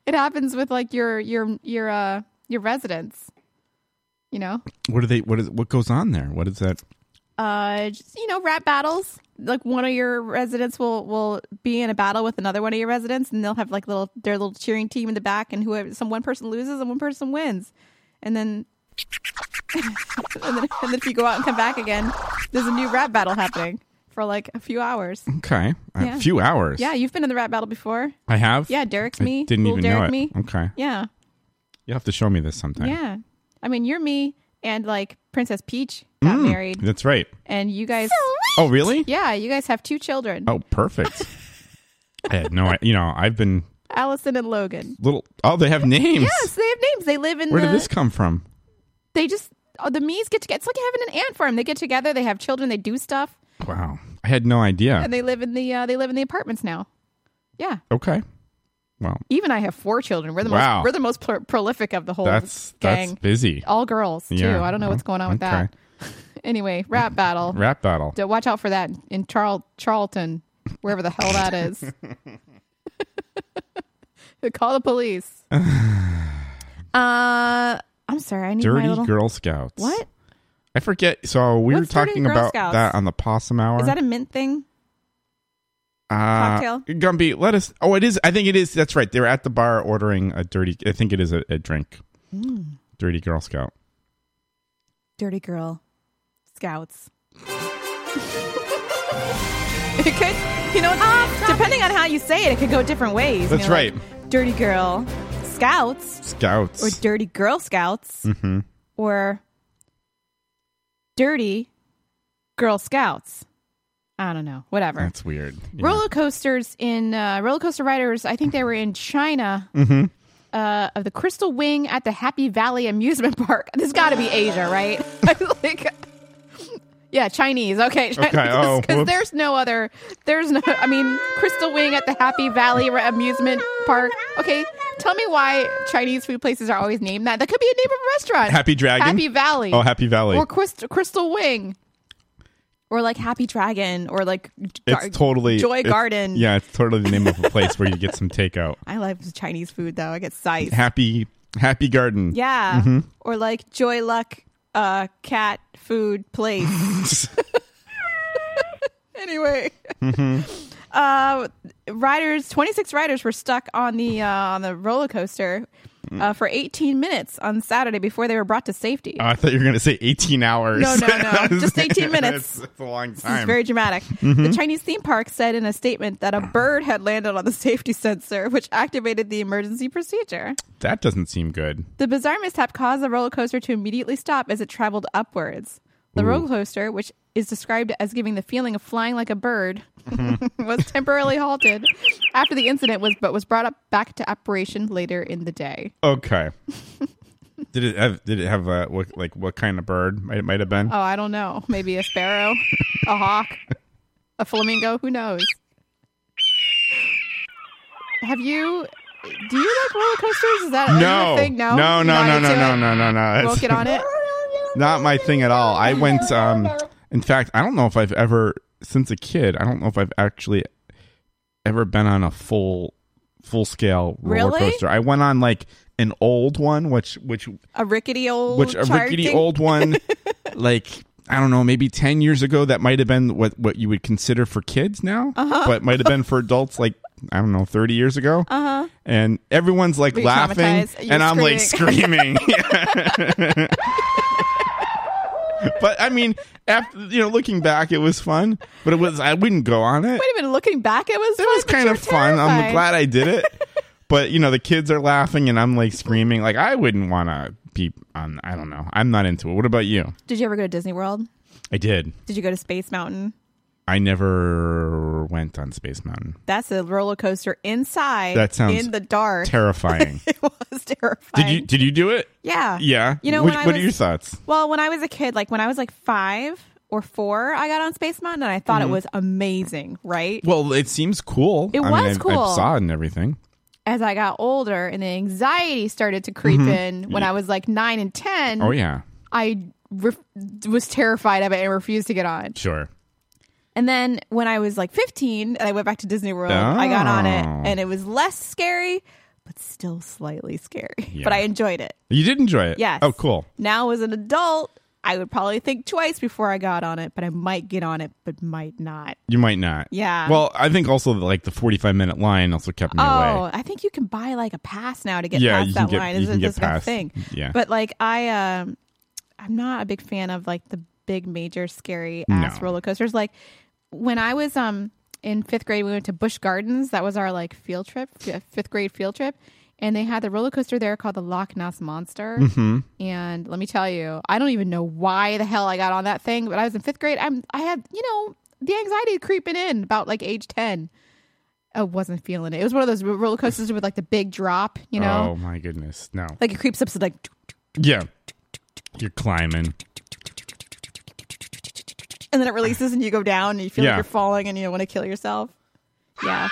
it happens with like your your your uh your residents. You know, What do they? What is? What goes on there? What is that? uh, just, you know, rap battles. Like one of your residents will will be in a battle with another one of your residents, and they'll have like little their little cheering team in the back, and whoever some one person loses and one person wins, and then. and, then, and then if you go out and come back again, there's a new rap battle happening for like a few hours. Okay, Yeah. a few hours. Yeah, you've been in the rap battle before. I have. Yeah, Derek's I me. didn't Little even know Derek it. me. Okay. Yeah. You have to show me this sometime. Yeah. I mean, you're me, and like Princess Peach got Mm, married, That's right. and you guys. Oh, really? Yeah, you guys have two children, Oh, perfect. I had no. I, you know, I've been Allison and Logan. little. Oh, they have names. Yes, they have names. They live in. Where the, did this come from? They just oh, the me's get together. It's like having an ant farm. They get together. They have children. They do stuff, Wow, I had no idea. and they live in the uh, they live in the apartments now. Yeah. Okay. Well, Even I have four children. We're the Wow. most we're the most pro- prolific of the whole That's- that's gang. Oh. busy. All girls too. Yeah. I don't know what's going on with Okay. that. Anyway, rap battle. Rap battle. D- watch out for that in Charl- Charlton, wherever the hell that is. Call the police. uh, I'm sorry. I need my Dirty little... Girl Scouts. What? I forget. So we What's were Dirty talking Girl about Scouts? that on the Possum Hour. Is that a mint thing? Uh, cocktail? Gumby, let us. Oh, it is. I think it is. That's right. They're at the bar ordering a dirty. I think it is a, a drink. Mm. Dirty Girl Scout. Dirty girl, scouts. it could, you know, depending on how you say it, it could go different ways. That's you know, like, right. dirty girl, scouts, Scouts. or dirty girl scouts, mm-hmm. or dirty girl scouts. I don't know. Whatever. That's weird. Roller coasters in uh, roller coaster riders. I think they were in China. Mm-hmm. uh, of the Crystal Wing at the Happy Valley Amusement Park. This got to be Asia, right? like, yeah, Chinese. Okay, Chinese. Okay, oh, whoops. there's no other. There's no. I mean, Crystal Wing at the Happy Valley Ra- Amusement Park. Okay, tell me why Chinese food places are always named that. That could be a name of a restaurant. Happy Dragon? Happy Valley. Oh, Happy Valley. Or Crystal, Crystal Wing. Or like Happy Dragon, or like Gar- It's totally Joy it's- Garden. Yeah, it's totally the name of a place where you get some takeout. I love Chinese food though. I get size. Happy Happy Garden. Yeah. Mhm. Or like Joy Luck uh, cat food place. anyway, Mhm. uh, riders, 26 riders were stuck on the uh, on the roller coaster uh, for 18 minutes on Saturday before they were brought to safety. Oh, I thought you were going to say 18 hours. No, no, no. Just 18 minutes. That's that's a long This is time. very dramatic. The Chinese theme park said in a statement that a bird had landed on the safety sensor, which activated the emergency procedure. that doesn't seem good. The bizarre mishap caused the roller coaster to immediately stop as it traveled upwards. The Ooh. roller coaster, which is described as giving the feeling of flying like a bird, was temporarily halted after the incident was but was brought up back to operation later in the day. Okay. did it have, did it have a what, like what kind of bird might it might have been? Oh, I don't know. Maybe a sparrow, a hawk, a flamingo, who knows? Have you do you like roller coasters? Is that is that no. a thing? No. No, You're no, not no, into no, it? no, no, no, no. You won't get on it. Not my thing at all. I went um in fact, I don't know if I've ever since a kid, I don't know if I've actually ever been on a full full scale roller Really? coaster. I went on like an old one which which A rickety old which a charred rickety thing? old one like I don't know, maybe ten years ago that might have been what what you would consider for kids now, Uh-huh. but might have been for adults like I don't know, thirty years ago. Uh-huh. And everyone's like Were you laughing, and traumatized? You were I'm like screaming. screaming. but I mean, after you know, looking back, it was fun. But it was I wouldn't go on it. Wait a minute, looking back, it was It was kind of fun. I'm glad I did it. But you know, the kids are laughing and I'm like screaming. Like I wouldn't want to be on. I don't know. I'm not into it. What about you? Did you ever go to Disney World? I did. Did you go to Space Mountain? I never went on Space Mountain. That's a roller coaster inside. That sounds in the dark. Terrifying. it was terrifying. did you did you do it? Yeah. Yeah. You know, Which- when I what are was- your thoughts? Well, when I was a kid, like when I was like five or four, I got on Space Mountain and I thought Mhm. it was amazing, right? Well, it seems cool. It I was mean, I- cool. I saw it and everything. As I got older and the anxiety started to creep Mhm. in when I was like nine and 10, Oh yeah, I re- was terrified of it and refused to get on. sure. And then when I was like 15 and I went back to Disney World, I got on Oh. it and it was less scary, but still slightly scary. Yeah. But I enjoyed it. You did enjoy it. Yes. Oh, cool. Now, as an adult, I would probably think twice before I got on it, but I might get on it, but might not. You might not. Yeah. Well, I think also like the forty-five minute line also kept me Oh, away. I think you can buy like a pass now to get Yeah, past you can that get- line. you It's can get just a past- thing. yeah. But like I um I'm not a big fan of like the big major scary ass No. roller coasters. Like when I was um in fifth grade we went to Busch Gardens. That was our like field trip, f- fifth grade field trip. And they had the roller coaster there called the Loch Ness Monster. Mhm. And let me tell you, I don't even know why the hell I got on that thing, but I was in fifth grade. I'm I had, you know, the anxiety creeping in about like age ten. I wasn't feeling it. It was one of those roller coasters with like the big drop, you know, Oh my goodness. No. like it creeps up to like yeah. You're climbing. and then it releases and you go down and you feel Yeah. like you're falling and you want to kill yourself. Yeah.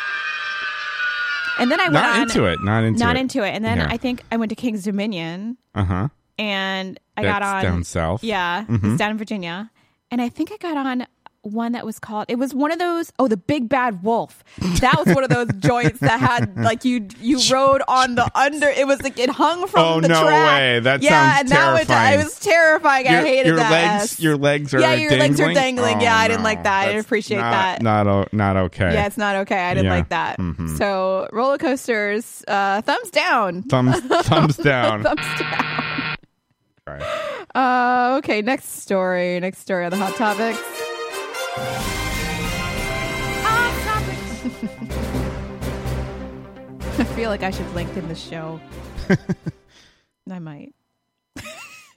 And then I went Not on, into it. Not into not it. into it. And then Yeah. I think I went to King's Dominion Uh huh. and I got That's on down south. Yeah, Mhm. it's down in Virginia. and I think I got on one that was called it was one of those oh the big bad wolf that was one of those joints that had like you you rode on the under it was like it hung from Oh, the no track way. That yeah sounds and that was terrifying. it was terrifying I your, hated your that legs. Your legs are yeah your legs are dangling? dangling yeah Oh, I didn't no. like that I didn't appreciate that Not not, o- not okay. yeah, it's not okay. I didn't Yeah. like that. Mhm. So roller coasters, uh, thumbs down. Thumbs- thumbs down. thumbs down. Uh, okay, next story. Next story on the hot topics. I feel like I should link in the show. I might.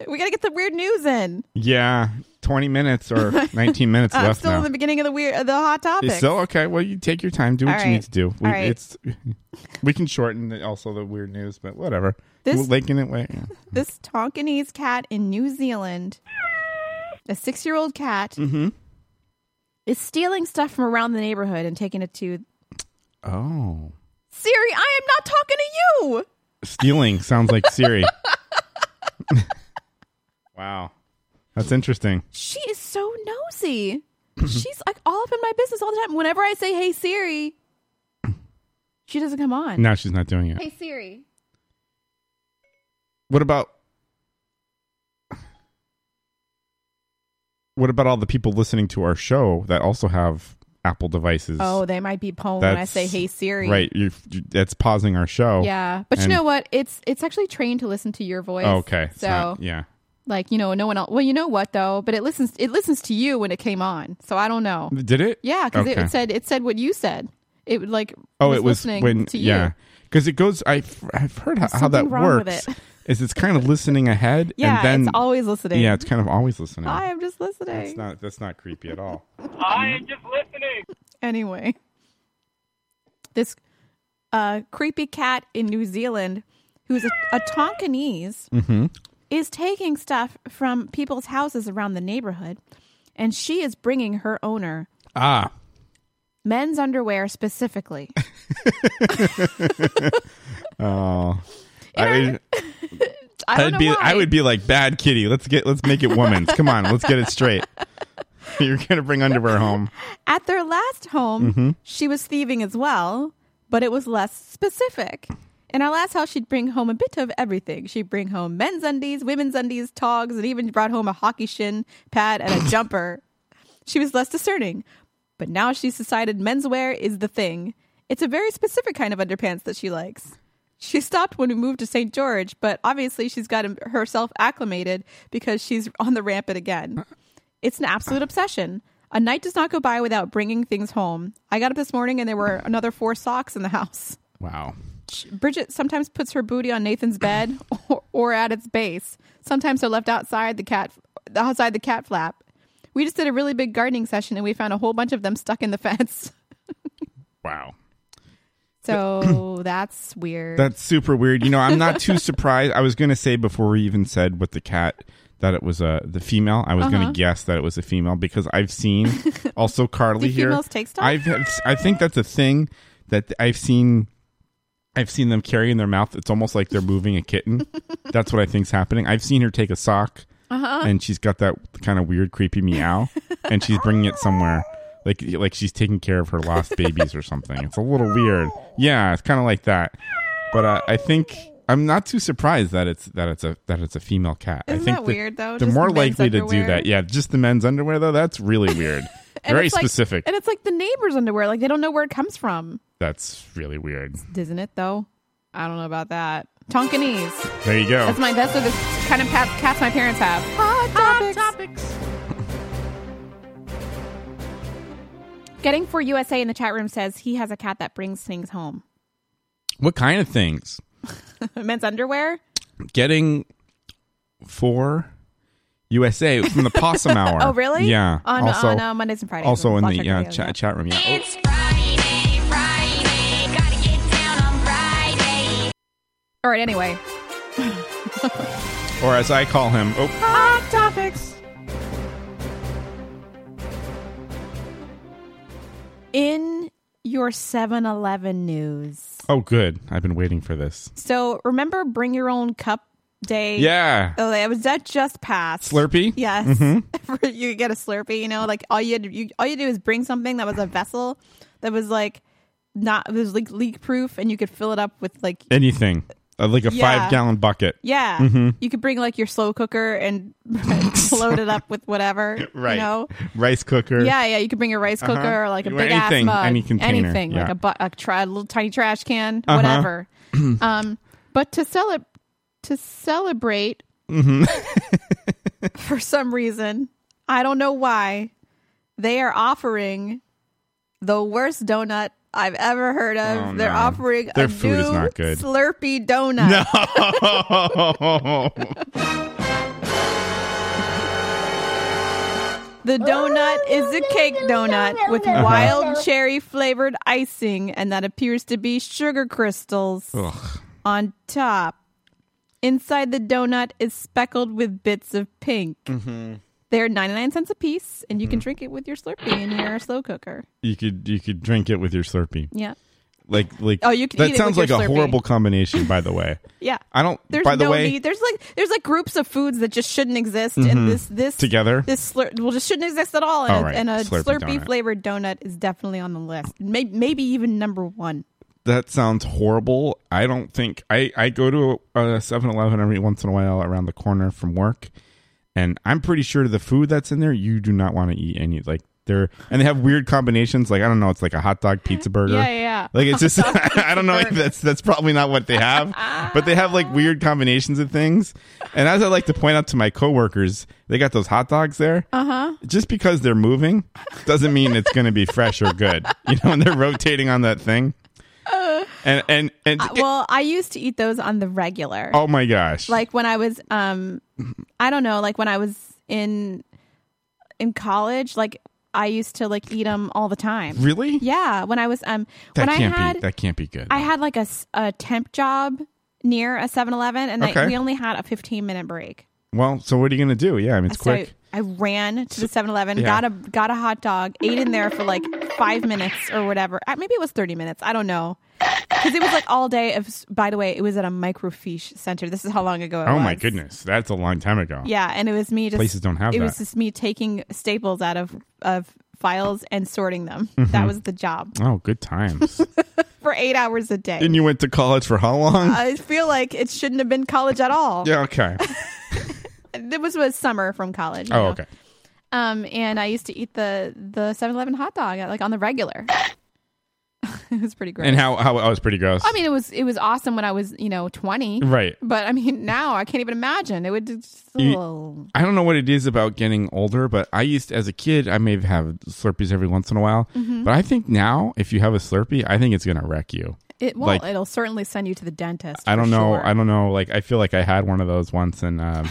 we gotta get the weird news in. Yeah, twenty minutes or nineteen minutes I'm left still now. in the beginning of the weird, the hot It's topics. still okay. Well, you take your time, do what All you right. need to do. We, All right. It's we can shorten the, also the weird news, but whatever. This- We'll link in it way. yeah. this Tonkinese cat in New Zealand, a six year old cat, Mm-hmm. is stealing stuff from around the neighborhood and taking it to Oh, Siri. I am not talking to you. stealing sounds like Siri. wow, that's interesting. She is so nosy. She's like all up in my business all the time. Whenever I say, hey, Siri, she doesn't come on. No, she's not doing it. Hey, Siri. What about what about all the people listening to our show that also have Apple devices? Oh, they might be pwned when I That's- say, hey, Siri. Right, you that's pausing our show. Yeah. But And- you know what? It's it's actually trained to listen to your voice. Oh, Okay, it's So, not- yeah. like you know no one else well you know what though but it listens it listens to you when it came on so i don't know Did it? yeah because Okay. it said it said what you said it would like Oh, it was listening when to yeah, you because it goes. I've I've heard how, There's how that something wrong with works. it. Is it's kind of listening ahead, Yeah, and then it's always listening. Yeah, it's kind of always listening. i am just that's listening not that's not creepy at all. i am just listening anyway this uh creepy cat in new zealand who's a, a tonkinese Mm-hmm. is taking stuff from people's houses around the neighborhood and she is bringing her owner Ah, men's underwear specifically oh, I, I don't would know be why. I would be like bad kitty. Let's get let's make it woman's. Come on, let's get it straight. You're gonna bring underwear home. At their last home, Mhm. she was thieving as well, but it was less specific. In our last house, she'd bring home a bit of everything. She'd bring home men's undies, women's undies, togs, and even brought home a hockey shin pad and a jumper. She was less discerning, but now she's decided menswear is the thing. It's a very specific kind of underpants that she likes. She stopped when we moved to St. George, but obviously she's got herself acclimated because she's on the rampant again. It's an absolute obsession. A night does not go by without bringing things home. I got up this morning and there were another four socks in the house. Wow. Bridget sometimes puts her booty on Nathan's bed or, or at its base. Sometimes they're left outside the cat outside the cat flap. We just did a really big gardening session and we found a whole bunch of them stuck in the fence. Wow. So that's weird. That's super weird. You know, I'm not too surprised. I was gonna say before we even said with the cat that it was a the female. I was Uh-huh. gonna guess that it was a female because I've seen also Carly Do here. females take stuff? I've I think that's a thing that I've seen. I've seen them carry in their mouth. It's almost like they're moving a kitten. that's what I think's happening. I've seen her take a sock, Uh-huh. and she's got that kind of weird, creepy meow, and she's bringing it somewhere. Like, like she's taking care of her lost babies or something. It's a little weird. Yeah, it's kind of like that. But uh, I think I'm not too surprised that it's that it's a that it's a female cat. I Isn't think that the- weird, though? They're Just more the men's likely to do underwear? that. Yeah, just the men's underwear though. That's really weird. And Very it's like- specific. And it's like the neighbor's underwear. Like they don't know where it comes from. That's really weird. Isn't it though? I don't know about that. Tonkinese. There you go. That's my that's what this kind of cat, cats my parents have. Hot topics. Getting for USA in the chat room says he has a cat that brings things home. What kind of things? Men's underwear. Getting for USA from the Possum Hour. oh, really? Yeah. On, also, on uh, Mondays and Fridays. also in Block the Talk yeah, Radio, chat, chat room. Yeah. It's Friday, Friday. Gotta get down on Friday. All right. Anyway, Or as I call him, oh, hot topics. In your 7-Eleven news. oh, good. I've been waiting for this. So remember, bring your own cup day. Yeah. Oh, that was that just passed. Slurpee? Yes. Mhm. you get a Slurpee. You know, like all you, had, you all you do is bring something that was a vessel that was like not it was like leak proof, and you could fill it up with like Anything. Uh, like a Yeah. five gallon bucket. yeah. Mhm. You could bring like your slow cooker and load it up with whatever. Right. You know. Rice cooker. Yeah, yeah. You could bring a rice cooker Uh-huh. or like a You- big anything, ass mug, any container, anything yeah. like a, bu- a, tra- little tiny trash can, Uh-huh. whatever. um, but to celebrate, to celebrate, hmm for some reason, I don't know why, they are offering the worst donut I've ever heard of. Oh, They're no. offering Their a food is new not good. Slurpee donut. No. The donut is a cake donut with Uh-huh. wild cherry flavored icing, and that appears to be sugar crystals Ugh. on top. Inside the donut is speckled with bits of pink. Mhm. They're 99 cents a piece, and you Mm-hmm. can drink it with your Slurpee in your slow cooker. You could you could drink it with your Slurpee. Yeah. Like like Oh, you could that eat it sounds like with your a Slurpee. horrible combination, by the way. Yeah. I don't There's by the no way need. There's like there's like groups of foods that just shouldn't exist, and Mhm. this this Together? this slur well just shouldn't exist at all. And All a, right. and a Slurpee Slurpee, donut. flavored donut is definitely on the list. Maybe maybe even number one. that sounds horrible. I don't think I, I go to a 7 Eleven every once in a while around the corner from work, and I'm pretty sure the food that's in there, you do not want to eat any. Like, they're and they have weird combinations. Like, I don't know, it's like a hot dog pizza burger. Yeah, yeah, yeah. Like, it's just, Hot dog pizza I don't know, burger. that's that's probably not what they have, but they have like weird combinations of things. And as I like to point out to my coworkers, they got those hot dogs there. Uh huh. Just because they're moving doesn't mean it's going to be fresh or good. You know, when they're rotating on that thing. And and and well, Uh, I used to eat those on the regular. oh Mm-hmm. my gosh. Like when I was um I don't know, like when I was in in college, like I used to like eat them all the time. Really? Yeah, when I was um that when can't I had be that can't be good. I had like a, s- a temp job near a 7-Eleven and Okay. I, we only had a 15 minute break. well, so what are you going to do? Yeah, I mean it's so quick. I ran to the 7-Eleven, yeah. got a got a hot dog, ate in there for like 5 minutes or whatever. Uh, Maybe it was 30 minutes, I don't know. Cuz it was like all day of by the way, it was at a microfiche center. This is how long ago it oh was. my goodness. That's a long time ago. Yeah, and it was me just Places don't have it that. was just me taking staples out of of files and sorting them. That Mhm. was the job Oh, good times. for 8 hours a day. and you went to college for how long? I feel like it shouldn't have been college at all. yeah, okay. It was was summer from college. you Oh, know? okay. Um and I used to eat the the 7-Eleven hot dog like on the regular. it was pretty gross. And how how oh, it was pretty gross. I mean, it was it was awesome when I was, you know, 20. Right. But I mean, now I can't even imagine. It would just You- I don't know what it is about getting older, but I used as a kid, I may have Slurpees every once in a while, Mhm. but I think now if you have a Slurpee, I think it's gonna wreck you. it won't. Like, It'll certainly send you to the dentist. I don't for know. sure. I don't know. Like I feel like I had one of those once and um,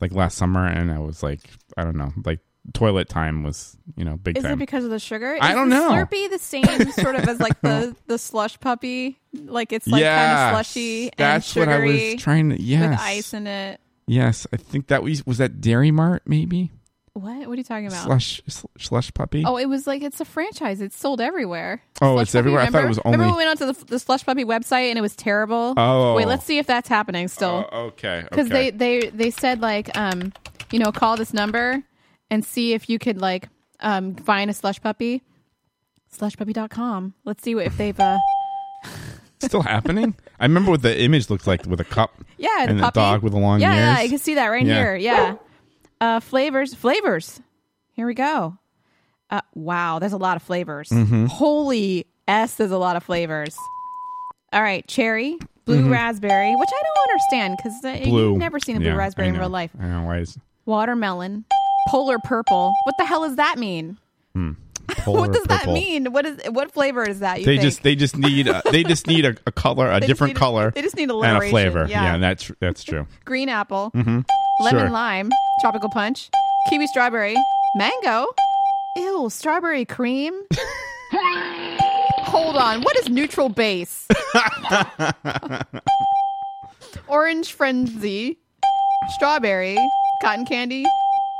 like last summer, and I was like, I don't know, like toilet time was you know big Is time. it because of the sugar? I Is don't the know. Slurpee the same sort of as like the the slush puppy? Like it's like Yes, kind of slushy and that's what I was sugary trying to- with yes. ice in it. yes, I think that was was that Dairy Mart maybe What? What are you talking about? slush sl- slush puppy. Oh, it was like it's a franchise. It's sold everywhere. Oh, it's Puppy, everywhere. I thought it remember? was Remember only- when we went onto the, the slush puppy website and it was terrible. Oh. wait, let's see if that's happening still. okay. because they they they said like um you know call this number and see if you could like um find a slush puppy slushpuppy.com let's see what if they've uh still happening. I remember what the image looked like with a cup. yeah the and puppy. a dog with a long yeah ears. yeah i can see that right Yeah. here yeah uh flavors flavors here we go uh wow there's a lot of flavors Mhm. holy s there's a lot of flavors all right cherry blue Mhm. raspberry which i don't understand because Blue. you've never seen a blue Yeah, raspberry I in know. real life I don't know why it's watermelon, polar purple. What the hell does that mean? hmm, what polar does that purple. mean? What is what flavor is that? You They think? just they just need a, they just need a, a color, a They just different need- color. they just need and a alliteration, flavor. yeah. that's that's true. green apple, hmm lemon sure. lime, tropical punch, kiwi strawberry, mango. Ew, strawberry cream. Hold on, what is neutral base? Orange frenzy, strawberry, cotton candy,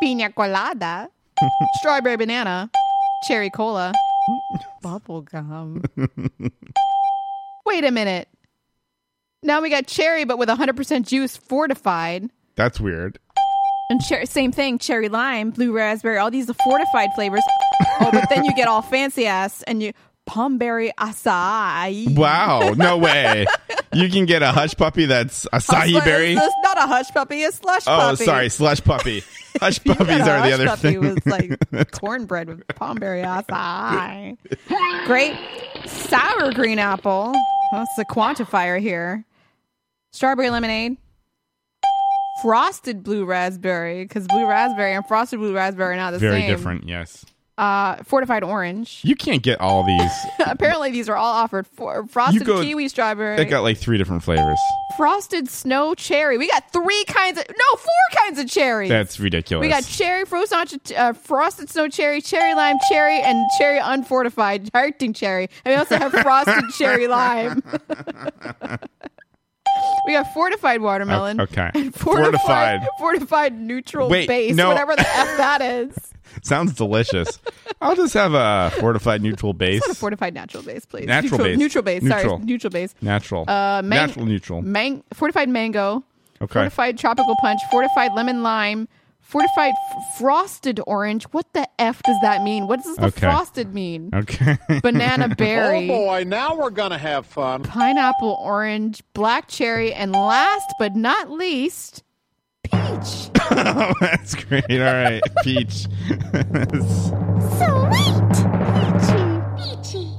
pina colada, strawberry banana, cherry cola, bubble gum. Wait a minute. Now we got cherry, but with 100% juice fortified. That's weird. And cher- same thing, cherry lime, blue raspberry, all these are fortified flavors. oh, but then you get all fancy ass and you palm berry acai. Wow, no way. you can get a hush puppy that's acai Slush- berry. It's not a hush puppy, a slush Oh, puppy. sorry, slush puppy. Hush You puppies got a are the hush other puppy thing. with like cornbread with palm berry acai. Grape, sour green apple. That's the quantifier here. Strawberry lemonade. Frosted blue raspberry, because blue raspberry and frosted blue raspberry are not the Very same. different, yes. Uh, fortified orange. You can't get all these. Apparently, these are all offered for frosted go- kiwi strawberry. They got like three different flavors. Frosted snow cherry. We got three kinds of no, four kinds of cherries. That's ridiculous. we got cherry frozen orange, uh, frosted snow cherry, cherry lime cherry, and cherry unfortified harting cherry. And we also have frosted cherry lime. we got fortified watermelon. O- okay. And fortified, Fortified. fortified, neutral Wait, base, no. whatever the f that is. Sounds delicious. I'll just have a fortified neutral base. Not a fortified natural base, please. Natural neutral, base. Neutral base. Neutral. Sorry, neutral base. Natural. Uh, man- Natural neutral. Mang- fortified mango. Okay. Fortified tropical punch. Fortified lemon lime. Fortified f- frosted orange. What the f does that mean? What does the Okay. frosted mean? okay. Banana berry. Oh boy, now we're gonna have fun. Pineapple orange, black cherry, and last but not least, peach. oh, that's great. All right. Peach. Sweet! Peachy! Peachy!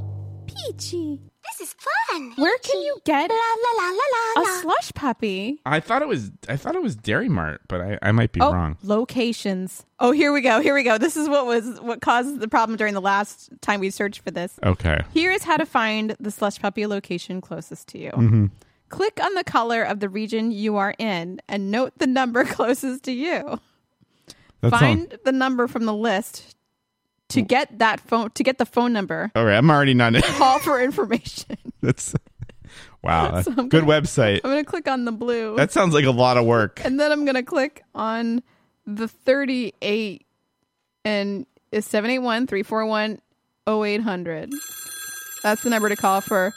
Peachy! This is fun! Where can you get La la la la a la la! slush puppy? I thought it was I thought it was Dairy Mart, but I, I might be oh, wrong. locations. Oh, here we go. Here we go. This is what was what caused the problem during the last time we searched for this. Okay. Here is how to find the slush puppy location closest to you. hmm Click on the color of the region you are in and note the number closest to you. That's Find the number from the list to get that phone to get the phone number. All right. I'm already not. Call for information. that's wow. That's So I'm good gonna- website. I'm going to click on the blue. That sounds like a lot of work. and then I'm going to click on the 38 and is 781-341-0800. That's the number to call for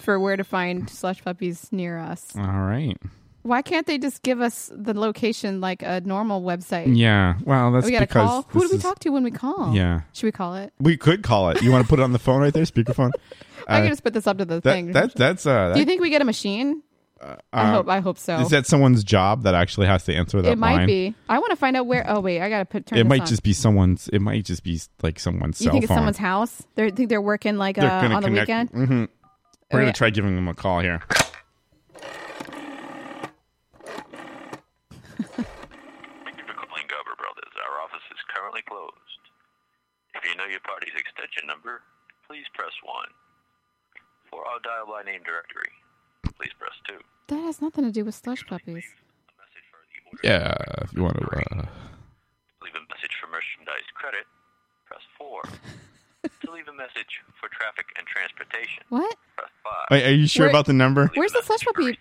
for where to find slush puppies near us. All right. Why can't they just give us the location like a normal website? Yeah. Well, that's we gotta because call. Who do this we is- talk to when we call? Yeah. should we call it? We could call it. You want to put it on the phone right there, speakerphone? I Uh, can just put this up to the that, thing. That, that's uh. That, do you think we get a machine? I uh, hope. I hope so. Is that someone's job that actually has to answer that? it might line? be. I want to find out where. Oh wait, I gotta put. Turn It this might on. just be someone's. It might just be like someone's You cell think it's phone. someone's house? They think they're working like uh, They're gonna on the connect- weekend. Mhm. We're gonna yeah. try giving them a call here. Gobber Brothers, our office is currently closed. If you know your party's extension number, please press 1. For our dial by name directory, please press 2. That has nothing to do with slush puppies. Yeah, if you want to. Uh, Leave a message for merchandise credit, press 4. to leave a message for traffic and transportation, What? press 5. Wait, are you sure Where- about the number? Where's the slush puppy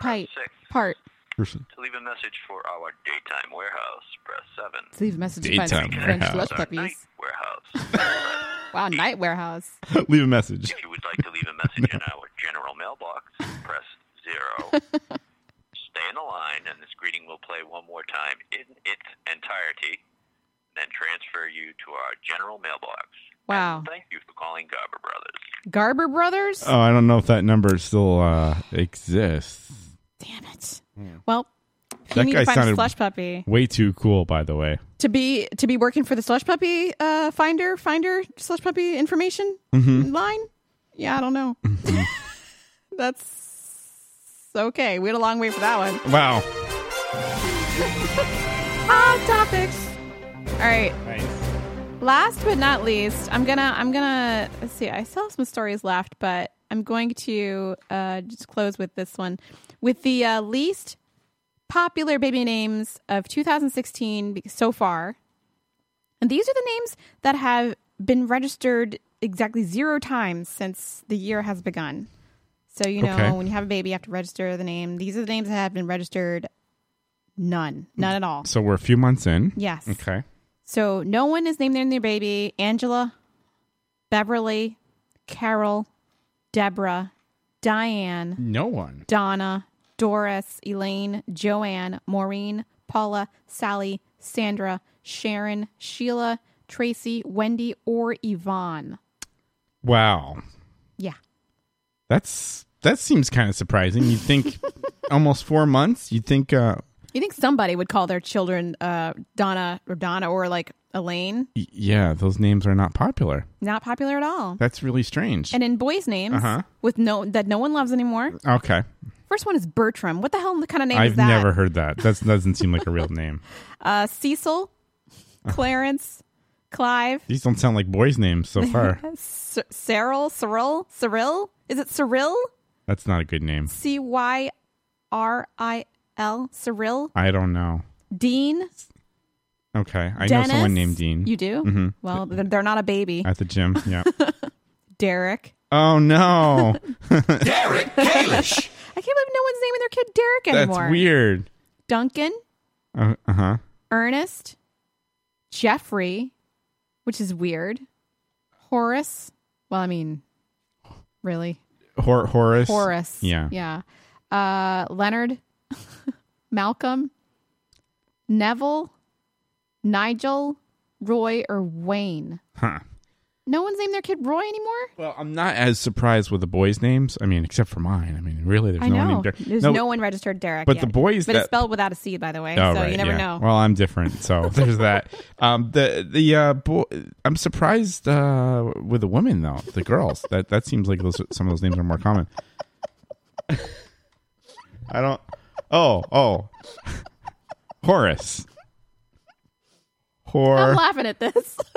pipe part? Person. To leave a message for our daytime warehouse, press 7. To leave a message for Daytime our French warehouse. slush puppies. Warehouse. Wow, night warehouse. Leave a message. If you would like to leave a message in our general mailbox, press zero. Stay in the line, and this greeting will play one more time in its entirety, then transfer you to our general mailbox. Wow. Thank you for calling Garber Brothers. Garber Brothers. Oh, I don't know if that number still uh, exists. Damn it. Yeah. Well, if you That need guy to find a sounded slush puppy way too cool, by the way. to be to be working for the slush puppy uh, finder finder slush puppy information Mhm. line. Yeah, I don't know. Mm-hmm. That's okay. We had a long way for that one. Wow. Hot topics. All right. Last but not least, I'm gonna I'm gonna let's see. I still have some stories left, but I'm going to uh, just close with this one, with the uh, least popular baby names of 2016 be- so far. And these are the names that have been registered exactly zero times since the year has begun. So you know Okay. when you have a baby, you have to register the name. These are the names that have been registered none, none at all. So we're a few months in. Yes. Okay. So no one is named their baby. Angela, Beverly, Carol, Deborah, Diane, No one. Donna, Doris, Elaine, Joanne, Maureen, Paula, Sally, Sandra, Sharon, Sheila, Tracy, Wendy, or Yvonne. Wow. Yeah. That's that seems kind of surprising. You'd think almost four months. You'd think uh, You think somebody would call their children uh, Donna or Donna or like Elaine? y- yeah, those names are not popular. Not popular at all. That's really strange. And in boys' names Uh-huh. with no that no one loves anymore. Okay. First one is Bertram. What the hell kind of name is I've that? never heard that. That doesn't seem like a real name. Uh, Cecil, Clarence, Clive, These don't sound like boys' names so far. C- Cyril, Cyril, Cyril. Is it Cyril? That's not a good name. C Y R I L. Cyril. I don't know. Dean. Okay. I Dennis. know someone named Dean. You do? hmm Well, th- they're not a baby. At the gym. Yeah. Derek. oh, no. Derek Kalish. I can't believe no one's naming their kid Derek That's anymore. weird. Duncan, Uh huh. Ernest, Jeffrey, which is weird. Horace. Well, I mean, really? Hor- Horace. Horace. Yeah. Yeah. Uh, Leonard, Malcolm, Neville, Nigel, Roy, or Wayne. Huh. No one's named their kid Roy anymore? Well, I'm Not as surprised with the boys' names. I mean, except for mine. I mean, really, there's I no know. one named Derek. There's no, one registered Derek. but yet. the boys But it's that- spelled without a C, by the way. Oh, so right, you never yeah. know. Well, I'm different, so there's that. Um, the the uh, boy, I'm surprised uh, with the women though. The girls that that seems like those some of those names are more common. I don't. Oh, oh, Horace. I'm Hor. laughing at this.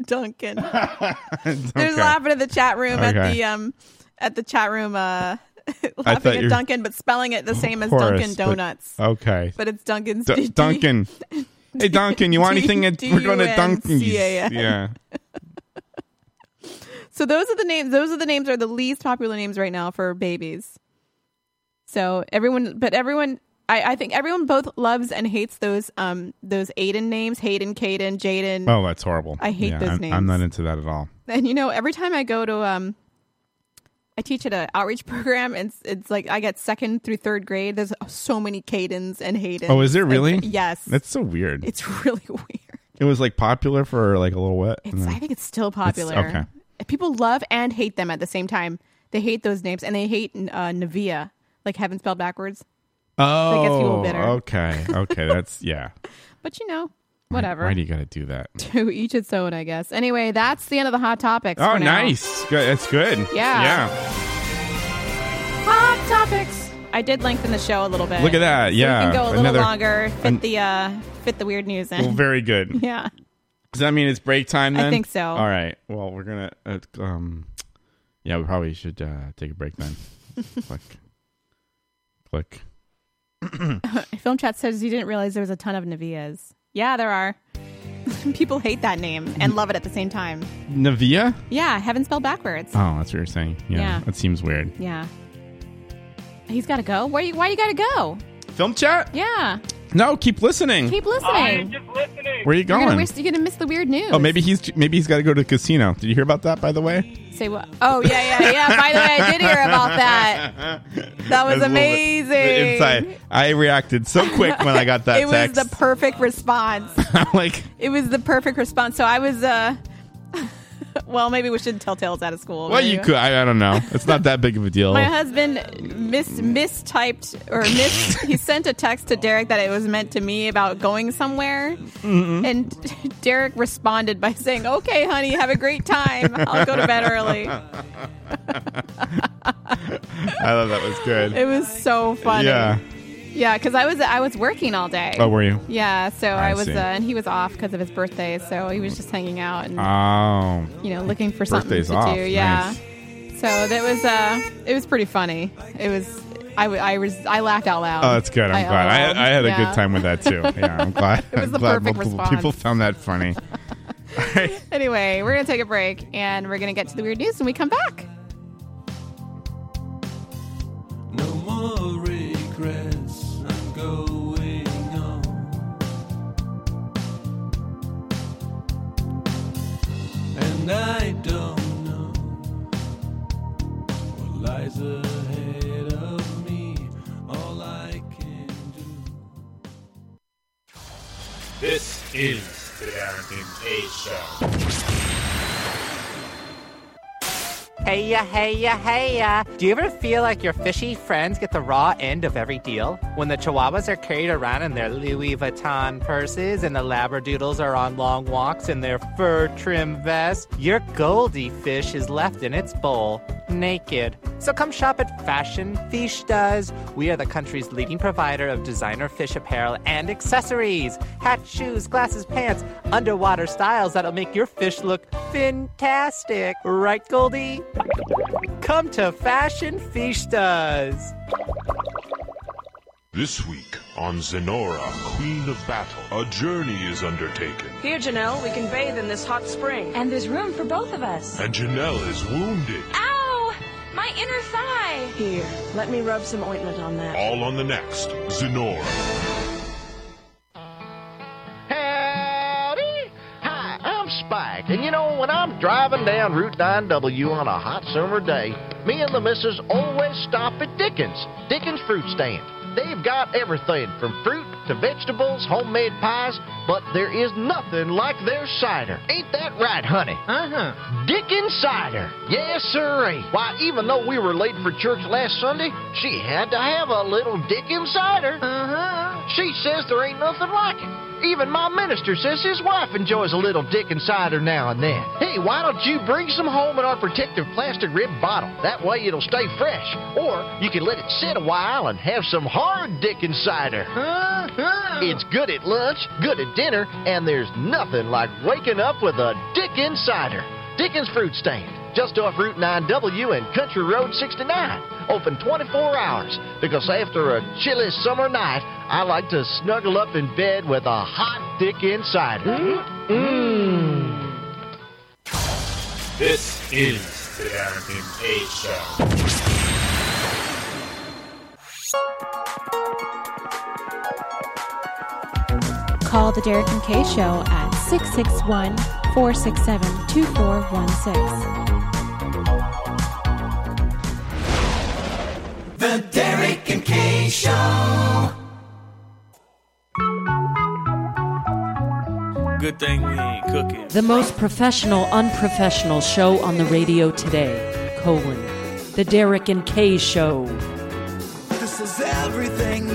Duncan. There's Okay. laughing at the chat room at Okay. the um at the chat room uh thought laughing you at were- Duncan but spelling it the same as Horace, Dunkin' but- Donuts. okay. But it's Duncan's D- D- Duncan. Hey Duncan, you want anything? At, we're going to Dunkin'. D-U-N-C-A-N. Yeah. So those are the names. Those are the names are the least popular names right now for babies. So everyone, but everyone, I, I think everyone both loves and hates those um those Aiden names, Hayden, Caden, Jaden. Oh, that's horrible. I hate yeah, those I'm, names. I'm not into that at all. And you know, every time I go to um, I teach at an outreach program, and it's, it's like I get second through third grade. There's so many Cadens and Hayden. Oh, is there really? yes. That's so weird. it's really weird. It was like popular for like a little what? It's, I think it's still popular. Mm. okay. People love and hate them at the same time. They hate those names and they hate uh, Navia, like heaven spelled backwards. oh, gets people bitter. okay, okay, that's yeah. But you know, Why- whatever. Why, do you got to do that? to each its own, I guess. Anyway, that's the end of the hot topics. Oh, for now. nice. Good. That's good. Yeah. Hot topics. I did lengthen the show a little bit. Look at that, So we yeah. can go a little Another- longer. Fit an- the uh, fit the weird news Yeah. in. Well, very good. yeah. Does that mean it's break time I then? think so. All right. Well, we're gonna. Uh, um, yeah, we probably should uh, take a break then. click, click. Film chat says you didn't realize there was a ton of Navias. Yeah, there are. People hate that name and love it at the same time. Navia. Yeah, heaven spelled backwards. Oh, that's what you're saying. Yeah, Yeah. that seems weird. Yeah. He's got to go. Why you? Why you got to go? Film chat. Yeah. No, keep listening. Keep listening. Where are you You're going? gonna, miss, you're gonna miss the weird news. oh, maybe he's maybe he's got to go to the casino. Did you hear about that? By the way. Say what? Oh yeah, yeah, yeah. By the way, I did hear about that. That was That's a little bit- amazing. the Inside, I reacted so quick when I got that it was text. the perfect response. I'm like, It was the perfect response. So I was, uh, well, maybe we should tell tales out of school. well, maybe. you could. I, I don't know. It's not that big of a deal. My husband mis mistyped or mis he sent a text to Derek that it was meant to me about going somewhere, Mm-hmm. and Derek responded by saying, "Okay, honey, have a great time. I'll go to bed early." I thought that was good. It was so funny. Yeah. yeah, because I was I was working all day. Oh, were you? Yeah, so I, I was, uh, see. and he was off because of his birthday, so he was just hanging out and Oh. you know looking for something Birthday's to off. do. Yeah. Nice. So that was uh, it was pretty funny. It was I, w- I was I laughed out loud. Oh, that's good. I'm I glad. howled. I, I had a Yeah. good time with that too. Yeah, I'm glad. It was I'm the glad perfect multiple response. people found that funny. anyway, we're gonna take a break and we're gonna get to the weird news when we come back. No more regrets. I'm going on. And I don't know what lies This is the Derek and K Show. Hey ya, hey ya, hey ya. Do you ever feel like your fishy friends get the raw end of every deal? When the chihuahuas are carried around in their Louis Vuitton purses and the labradoodles are on long walks in their fur trim vests, your Goldie fish is left in its bowl, naked. So come shop at Fashion Fiestas. We are the country's leading provider of designer fish apparel and accessories. Hats, shoes, glasses, pants, underwater styles that'll make your fish look fantastic. Right, Goldie? Come to Fashion Fiestas. This week on Zenora, Queen of Battle, a journey is undertaken, Here, Janelle, we can bathe in this hot spring. And there's room for both of us. and Janelle is wounded. Ow! My inner thigh! Here, let me rub some ointment on that. All on the next Zenora. Howdy! Hi, I'm Spike, and you know, when I'm driving down Route 9W on a hot summer day, me and the missus always stop at Dickens, Dickens Fruit Stand. They've got everything from fruit to vegetables, homemade pies, but there is nothing like their cider. Ain't that right, honey? Uh huh. Dickens cider. Yes, sirree. Why, even though we were late for church last Sunday, she had to have a little Dickens cider. Uh huh. She says there ain't nothing like it. Even my minister says his wife enjoys a little dick and cider now and then. Hey, why don't you bring some home in our protective plastic rib bottle? That way it'll stay fresh. Or you can let it sit a while and have some hard dick and cider. It's good at lunch, good at dinner, and there's nothing like waking up with a dick and cider. Dickens Fruit Stand, just off Route 9W and Country Road 69. Open 24 hours because after a chilly summer night, I like to snuggle up in bed with a hot dick inside. Mmm. Mm-hmm. This is the Derek and K Show. Call the Derek and Kay Show at 661 467 2416. The Derek and Kay Show. Good thing we ain't cooking. The most professional, unprofessional show on the radio today, colon, The Derek and Kay Show. This is everything.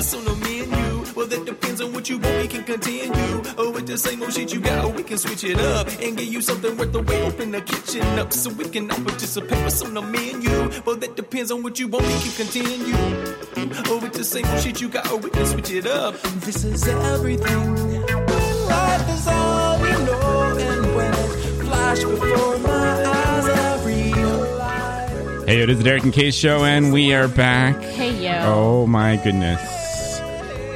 So no me and you. Well, that depends on what you want. We can continue. Oh, with the same old shit you got, we can switch it up and give you something worth the wait. Open the kitchen up so we can all participate. But so no me and you. Well, that depends on what you want. We can continue. Oh, with the same old shit you got, we can switch it up. This is everything. Life is all we know, and when it flashed before my eyes, I realized. Hey, it is the Derek and Case Show, and we are back. Hey, yo. Oh my goodness.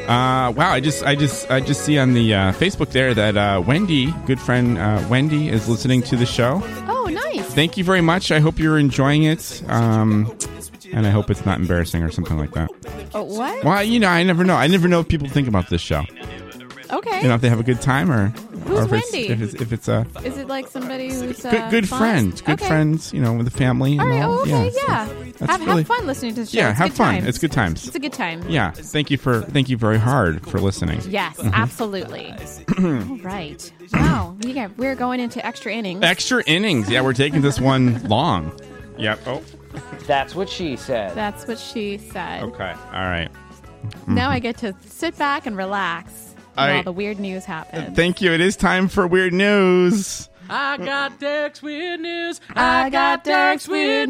Uh, wow, I just, I just, I just see on the uh, Facebook there that uh, Wendy, good friend uh, Wendy, is listening to the show. Oh, nice. Thank you very much. I hope you're enjoying it, um, and I hope it's not embarrassing or something like that. Oh, what? Well, you know, I never know. I never know what people think about this show. Okay. You know, if they have a good time or, Who's or if it's, Wendy? if it's if it's a Is it like somebody who's uh, good, good fun? friends, good okay. friends, you know, with the family. and All right. all. Oh, okay. so Yeah. that's Have, really- have fun listening to the show. yeah, It's have good fun. times. It's good times. It's a good time. Yeah, thank you for thank you very hard for listening. Yes, Mhm. absolutely. All right. Wow. We got, we're going into extra innings. Extra innings. Yeah, we're taking this one long. Yep. Oh. That's what she said. That's what she said. Okay. All right. mm-hmm. Now I get to sit back and relax All while right. the weird news happens. Thank you. It is time for weird news. I got Derek's weird news. I got Derek's weird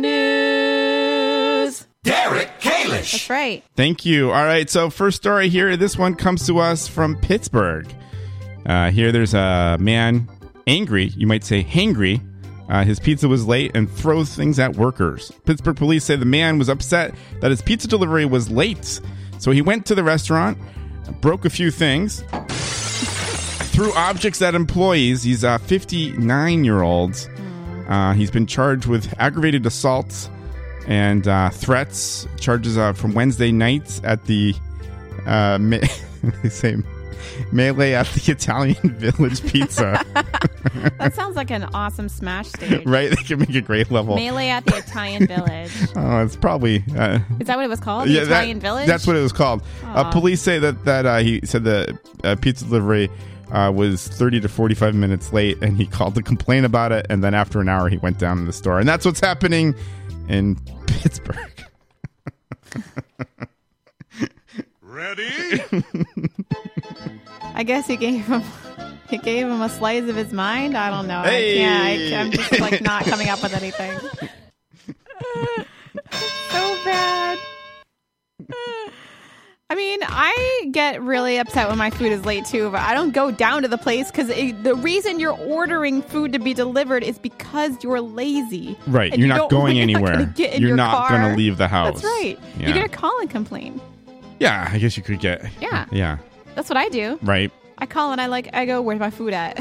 news. Derek Kalish. That's right. Thank you. All right. So first story here. This one comes to us from Pittsburgh. Uh, here, there's a man angry. You might say hangry. Uh, his pizza was late and throws things at workers. Pittsburgh police say the man was upset that his pizza delivery was late, so he went to the restaurant, broke a few things, threw objects at employees. He's a 59 year old. Uh, he's been charged with aggravated assault and uh, threats. Charges uh, from Wednesday nights at the uh, ma- they say melee at the Italian Village Pizza. That sounds like an awesome smash stage. right? They can make a great level. Melee at the Italian Village. Oh, it's probably. Uh, Is that what it was called? The yeah, that- Italian Village? That's what it was called. Uh, Aw. police say that that uh, he said the uh, pizza delivery uh, was 30 to 45 minutes late, and he called to complain about it. And then after an hour, he went down to the store, and that's what's happening in Pittsburgh. Ready? I guess he gave him he gave him a slice of his mind. I don't know. I can't. Hey! I, I'm just like not coming up with anything. so bad. I mean, I get really upset when my food is late too, but I don't go down to the place because the reason you're ordering food to be delivered is because you're lazy. Right, And you're you not don't- going you're not gonna anywhere. get in You're your not gonna car. leave the house. That's right. Yeah. You're gonna call and complain. Yeah, I guess you could get. Yeah. Yeah. That's what I do. Right. I call and I like I go, where's my food at?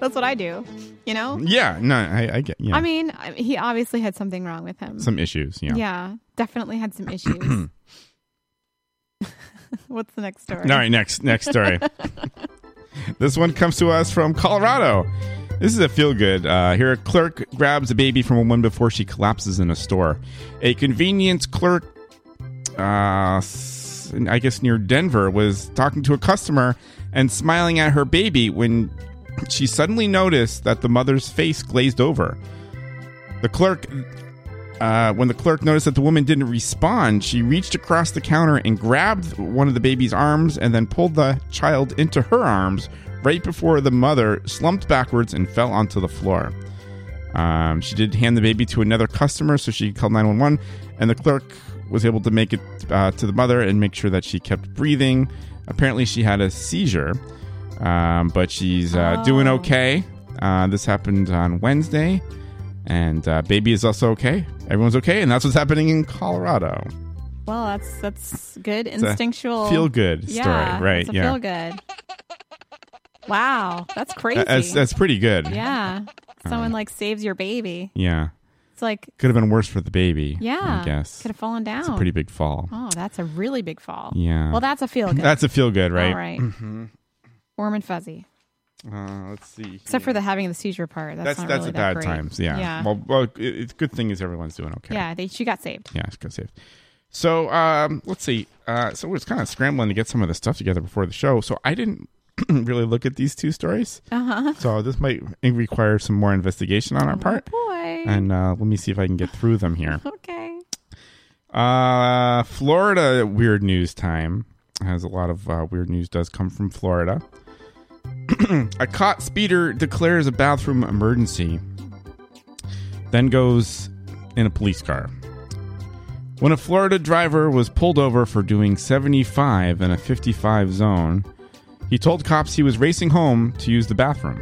That's what I do. You know? Yeah. No, I, I get. Yeah. I mean, I- he obviously had something wrong with him. some issues. Yeah. Yeah, definitely had some issues. What's the next story? All right, next next story. this one comes to us from Colorado. This is a feel good. Uh, here, a clerk grabs a baby from a woman before she collapses in a store. A convenience clerk, uh, s- I guess near Denver, was talking to a customer and smiling at her baby when she suddenly noticed that the mother's face glazed over. The clerk, uh, when the clerk noticed that the woman didn't respond, she reached across the counter and grabbed one of the baby's arms and then pulled the child into her arms right before the mother slumped backwards and fell onto the floor. Um, she did hand the baby to another customer, so she called 911, and the clerk was able to make it uh, to the mother and make sure that she kept breathing. Apparently, she had a seizure, um, but she's uh, doing Oh. okay. Uh, this happened on Wednesday, and uh, baby is also okay. Everyone's okay, and that's what's happening in Colorado. Well, that's that's good a instinctual feel-good story, yeah, right, It's yeah. feel good. Wow, that's crazy. That's, that's pretty good. Yeah, someone like saves your baby. Yeah. It's like Could have been worse for the baby. yeah, I guess. could have fallen down. It's a pretty big fall. Oh, that's a really big fall. Yeah. Well, that's a feel good. That's a feel good, right? All right. Mhm. Warm and fuzzy. Uh, let's see. Except for the having the seizure part. That's, that's not that's really a bad that great. times. Yeah. Yeah. Well, well, it, it's good thing is everyone's doing okay. yeah they, she got saved. Yeah, it's good saved. So um, let's see. Uh, so we're just kind of scrambling to get some of the stuff together before the show. So I didn't really look at these two stories. Uh-huh. Oh, So this might require some more investigation on our part. boy. And uh, let me see if I can get through them here. Okay. Uh, Florida weird news time has a lot of uh, weird news does come from Florida. a caught speeder declares a bathroom emergency, then goes in a police car. When a Florida driver was pulled over for doing 75 in a 55 zone, he told cops he was racing home to use the bathroom.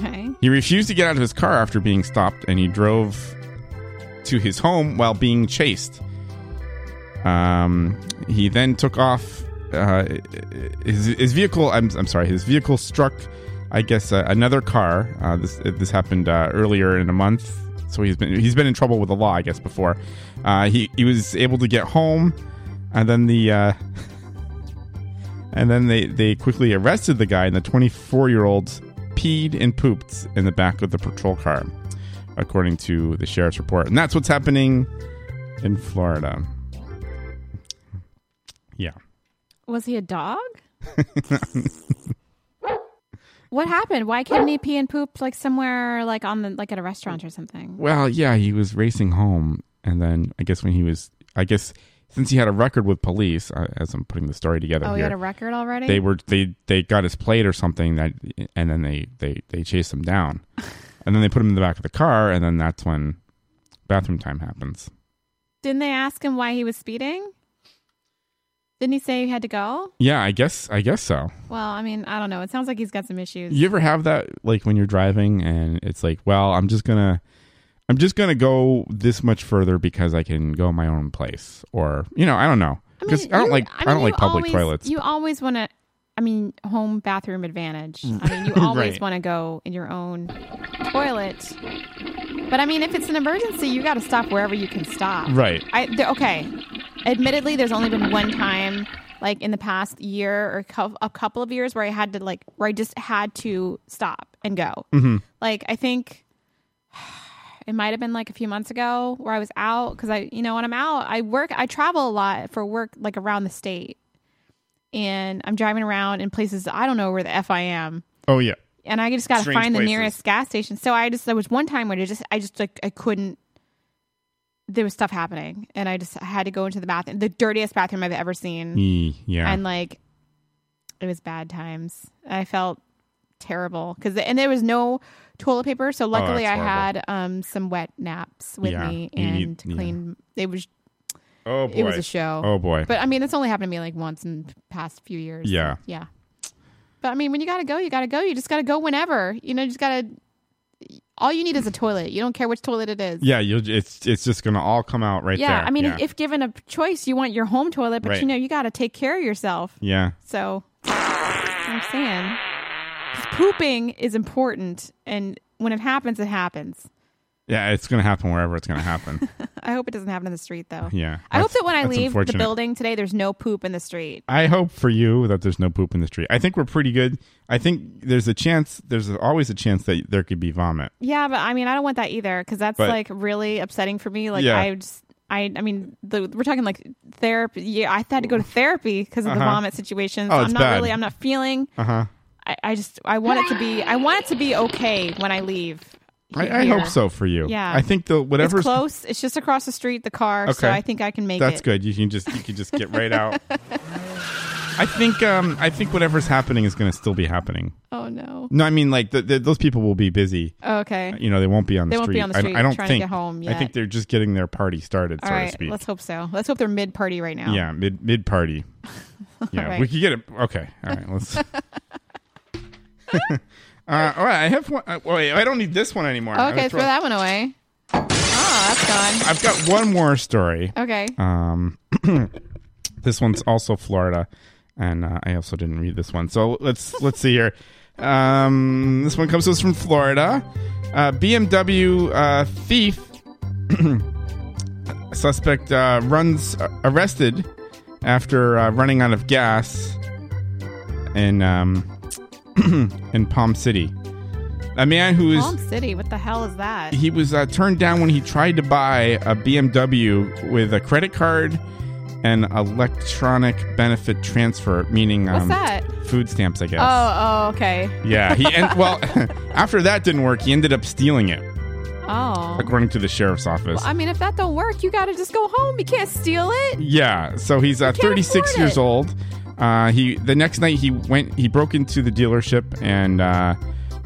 Okay. He refused to get out of his car after being stopped, and he drove to his home while being chased. Um, he then took off. Uh, his, his vehicle. I'm, I'm sorry. His vehicle struck, I guess, uh, another car. Uh, this this happened uh, earlier in a month, so he's been he's been in trouble with the law, I guess, before. Uh, he he was able to get home, and then the. Uh, And then they, they quickly arrested the guy, and the 24 year old peed and pooped in the back of the patrol car, according to the sheriff's report. And that's what's happening in Florida. Yeah. Was he a dog? What happened? Why couldn't he pee and poop like somewhere like on the like at a restaurant or something? well, yeah, he was racing home. And then I guess when he was, I guess since he had a record with police, uh, as I'm putting the story together Oh, here. he had a record already? They were they they got his plate or something that, and then they they they chased him down, and then they put him in the back of the car, and then that's when bathroom time happens. Didn't they ask him why he was speeding? Didn't he say he had to go? Yeah, I guess I guess so. Well, I mean, I don't know. It sounds like he's got some issues. You ever have that like when you're driving and it's like, well, I'm just gonna I'm just gonna go this much further because I can go my own place, or you know, I don't know, because I, don't like I, mean, don't like you public always- toilets. You always want to. I mean, home bathroom advantage. I mean, you always Right. want to go in your own toilet. But I mean, if it's an emergency, you got to stop wherever you can stop. Right. I th- okay. Admittedly, there's only been one time like in the past year or cou- a couple of years where I had to like where I just had to stop and go. Mhm. Like I think it might have been like a few months ago where I was out because I you know when I'm out I work I travel a lot for work like around the state and I'm driving around in places I don't know where the f I am Oh yeah. and I just got to Strange find the places. nearest gas station. So I just there was one time when I just I just like I couldn't. There was stuff happening, and I just had to go into the bathroom, the dirtiest bathroom I've ever seen. Yee, yeah. and Mm. like it was bad times. I felt terrible because and there was no toilet paper, so luckily Oh, that's I horrible. had um some wet naps with Yeah, me you need- and yeah. clean. It was Oh boy. it was a show. Oh boy. But I mean, it's only happened to me like once in the past few years. Yeah. Yeah. But I mean, when you gotta go, you gotta go. You just gotta go whenever. You know, you just gotta. All you need is a toilet. You don't care which toilet it is. yeah, you'll, it's it's just gonna all come out right yeah. there. I mean, yeah. if given a choice, you want your home toilet, but Right. you know, you gotta take care of yourself. yeah, So I'm saying, pooping is important, and when it happens, it happens. yeah, it's gonna happen wherever it's gonna happen. I hope it doesn't happen in the street, though. Yeah, I hope that's- that when I that's leave the unfortunate. building today, there's no poop in the street. I hope for you that there's no poop in the street. I think we're pretty good. I think there's a chance. There's always a chance that there could be vomit. Yeah, but I mean, I don't want that either because that's But- like really upsetting for me. Like Yeah. I just, I, I mean, the, we're talking like therapy. Yeah, I had to go to therapy because of the Uh-huh. vomit situations. Oh, I'm it's not bad. really, I'm not feeling. Uh huh. I, I just, I want it to be, I want it to be okay when I leave. I, I here. hope so for you. Yeah, I think the whatever's It's close. It's just across the street, the car. So I think I can make That's it. good. You can just you can just get right out. I think um I think whatever's happening is going to still be happening. Oh no. No, I mean like the, the, those people will be busy. Okay. You know they won't be on the They won't street. be on the street I, I don't trying to think. get home I yet. think they're just getting their party started, All so right. to speak. Let's hope so. Let's hope they're mid party right now. Yeah, mid mid party. Yeah, Oh. right. we could get it. Okay, all right. Let's. Uh, all right, I have one. Uh, wait, I don't need this one anymore. I Okay. was Throw that one away. Oh, that's gone. I've got one more story. Okay. Um, this one's also Florida, and uh, I also didn't read this one. So let's let's see here. Um, this one comes to us from Florida. Uh, BMW uh, thief suspect uh, runs arrested after uh, running out of gas in um, in Palm City. A man who is Palm City. What the hell is that? he was uh, turned down when he tried to buy a BMW with a credit card and electronic benefit transfer, meaning What's um, that? food stamps, I guess. Oh, oh, okay. Yeah, he en- well, after that didn't work, he ended up stealing it, Oh. according to the sheriff's office. Well, I mean, if that don't work, you gotta just go home. You can't steal it. Yeah, so he's uh, 36 afford years it. old. Uh, he the next night he went he broke into the dealership and uh,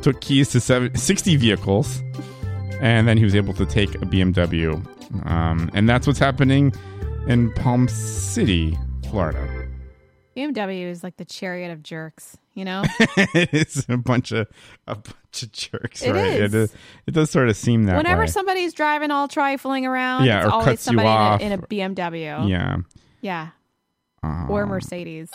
took keys to seven, 60 vehicles, and then he was able to take a BMW. Um, and that's what's happening in Palm City, Florida. BMW is like the chariot of jerks. You know, it's a bunch of a bunch of jerks, It right? It, is. is- it does sort of seem that whenever way. somebody's driving all trifling around, Yeah, it's or always cuts you somebody off. in, a, in a BMW. yeah. Yeah. Um, Or Mercedes.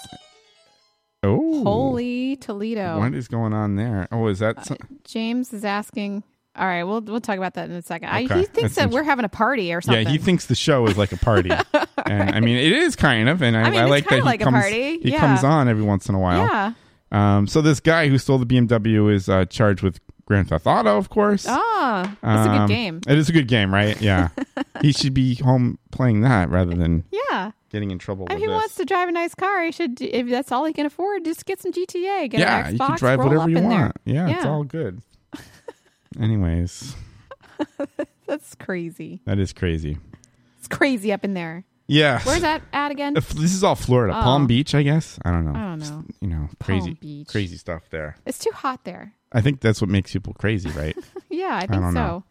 Oh, Holy Toledo. What is going on there? Oh, is that? Some- James is asking. All right, we'll we'll talk about that in a second. Okay, I, he thinks that's that int- we're having a party or something. Yeah, he thinks the show is like a party, and I mean it is kind of, and I, I mean, I it's like that kinda he like a comes. party, He yeah. comes on every once in a while. Yeah. Um. So this guy who stole the BMW is uh, charged with grand theft auto, of course. Ah, that's a good Um, game. It is a good game, right? Yeah. he should be home playing that rather than Yeah. getting in trouble. If with he this. wants to drive a nice car, he should. If that's all he can afford, just get some GTA. Get yeah, an Xbox, you can drive roll whatever up you in there. want. Yeah, it's all good. Anyways, That's crazy. that is crazy. It's crazy up in there. Yeah. Where's that at again? If- This is all Florida, Oh. Palm Beach, I guess. I don't know. I don't know. You know, crazy, Beach. crazy stuff there. It's too hot there. I think that's what makes people crazy, right? Yeah, I think so. don't know.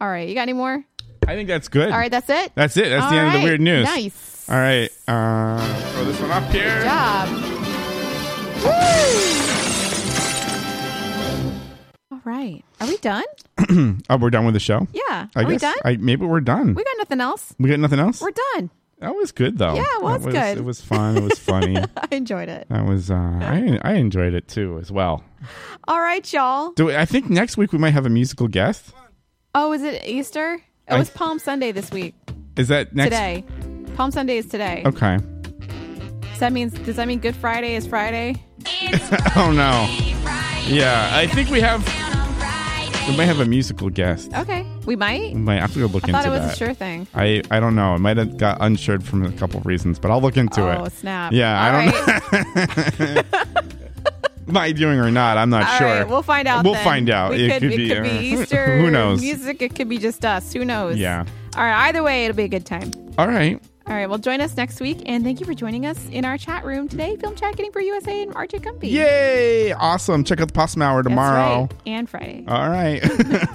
All right, you got any more? I think that's good. All right, that's it. That's it. That's the All end of the right, weird news. Nice All right. Uh, throw this one up here. job. Woo! All right, are we done? oh, we're done with the show. Yeah. I Are guess. we done? I, maybe we're done. We got nothing else. We got nothing else. We're done. that was good though. Yeah, it That was good. It was fun. It was funny. I enjoyed it. that was. Uh, I I enjoyed it too as well. All right, y'all. Do we- I think next week we might have a musical guest? Oh, is it Easter? Oh, It I- was Palm Sunday this week. Is that next Oh. Today, Palm Sunday is today. Okay. Does that means does that mean Good Friday is Friday? oh no. Yeah, I think we have. We might have a musical guest. Okay, we might. We might have to go look I into thought it was a that. sure thing. I, I don't know. It might have got unshirt from a couple of reasons, but I'll look into it. Oh, snap. Yeah, I don't All know. Am I doing or not? I'm not All sure. right, we'll find out. We'll then. find out. We it could, could it be, could be uh, Easter. Who knows? Music. It could be just us. Who knows? Yeah. All right. Either way, it'll be a good time. All right. All right. Well, join us next week, and thank you for joining us in our chat room today. Film chat getting for USA and RJ Gumpy. Yay! Awesome. Check out the Possum Hour That's tomorrow. right. and Friday. All right.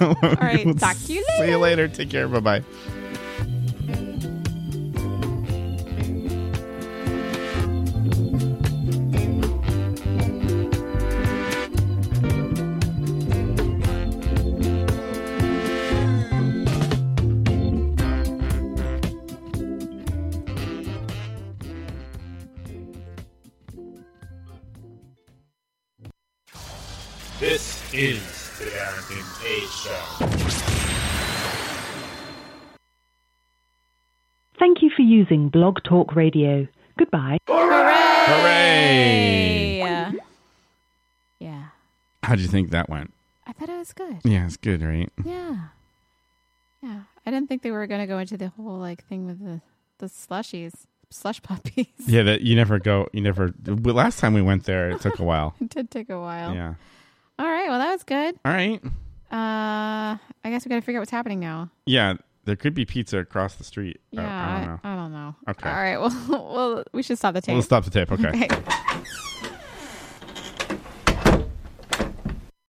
All right, talk to you See you later. Take care. Bye bye. This is the Darrington Page Show. Thank you for using Blog Talk Radio. Goodbye. Hooray! Yeah. Yeah. How'd you think that went? I thought it was good. Yeah, it's good, right? Yeah. Yeah. I didn't think they were going to go into the whole like thing with the the slushies, slush puppies. Yeah, that you never go. You never. well, Last time we went there, it took a while. it did take a while. Yeah. All right. Well, that was good. All right. Uh, I guess we got to figure out what's happening now. Yeah, there could be pizza across the street. Uh, Yeah. I don't know. I, I don't know. Okay. All right. Well, well, we should stop the tape. We'll stop the tape, okay. okay.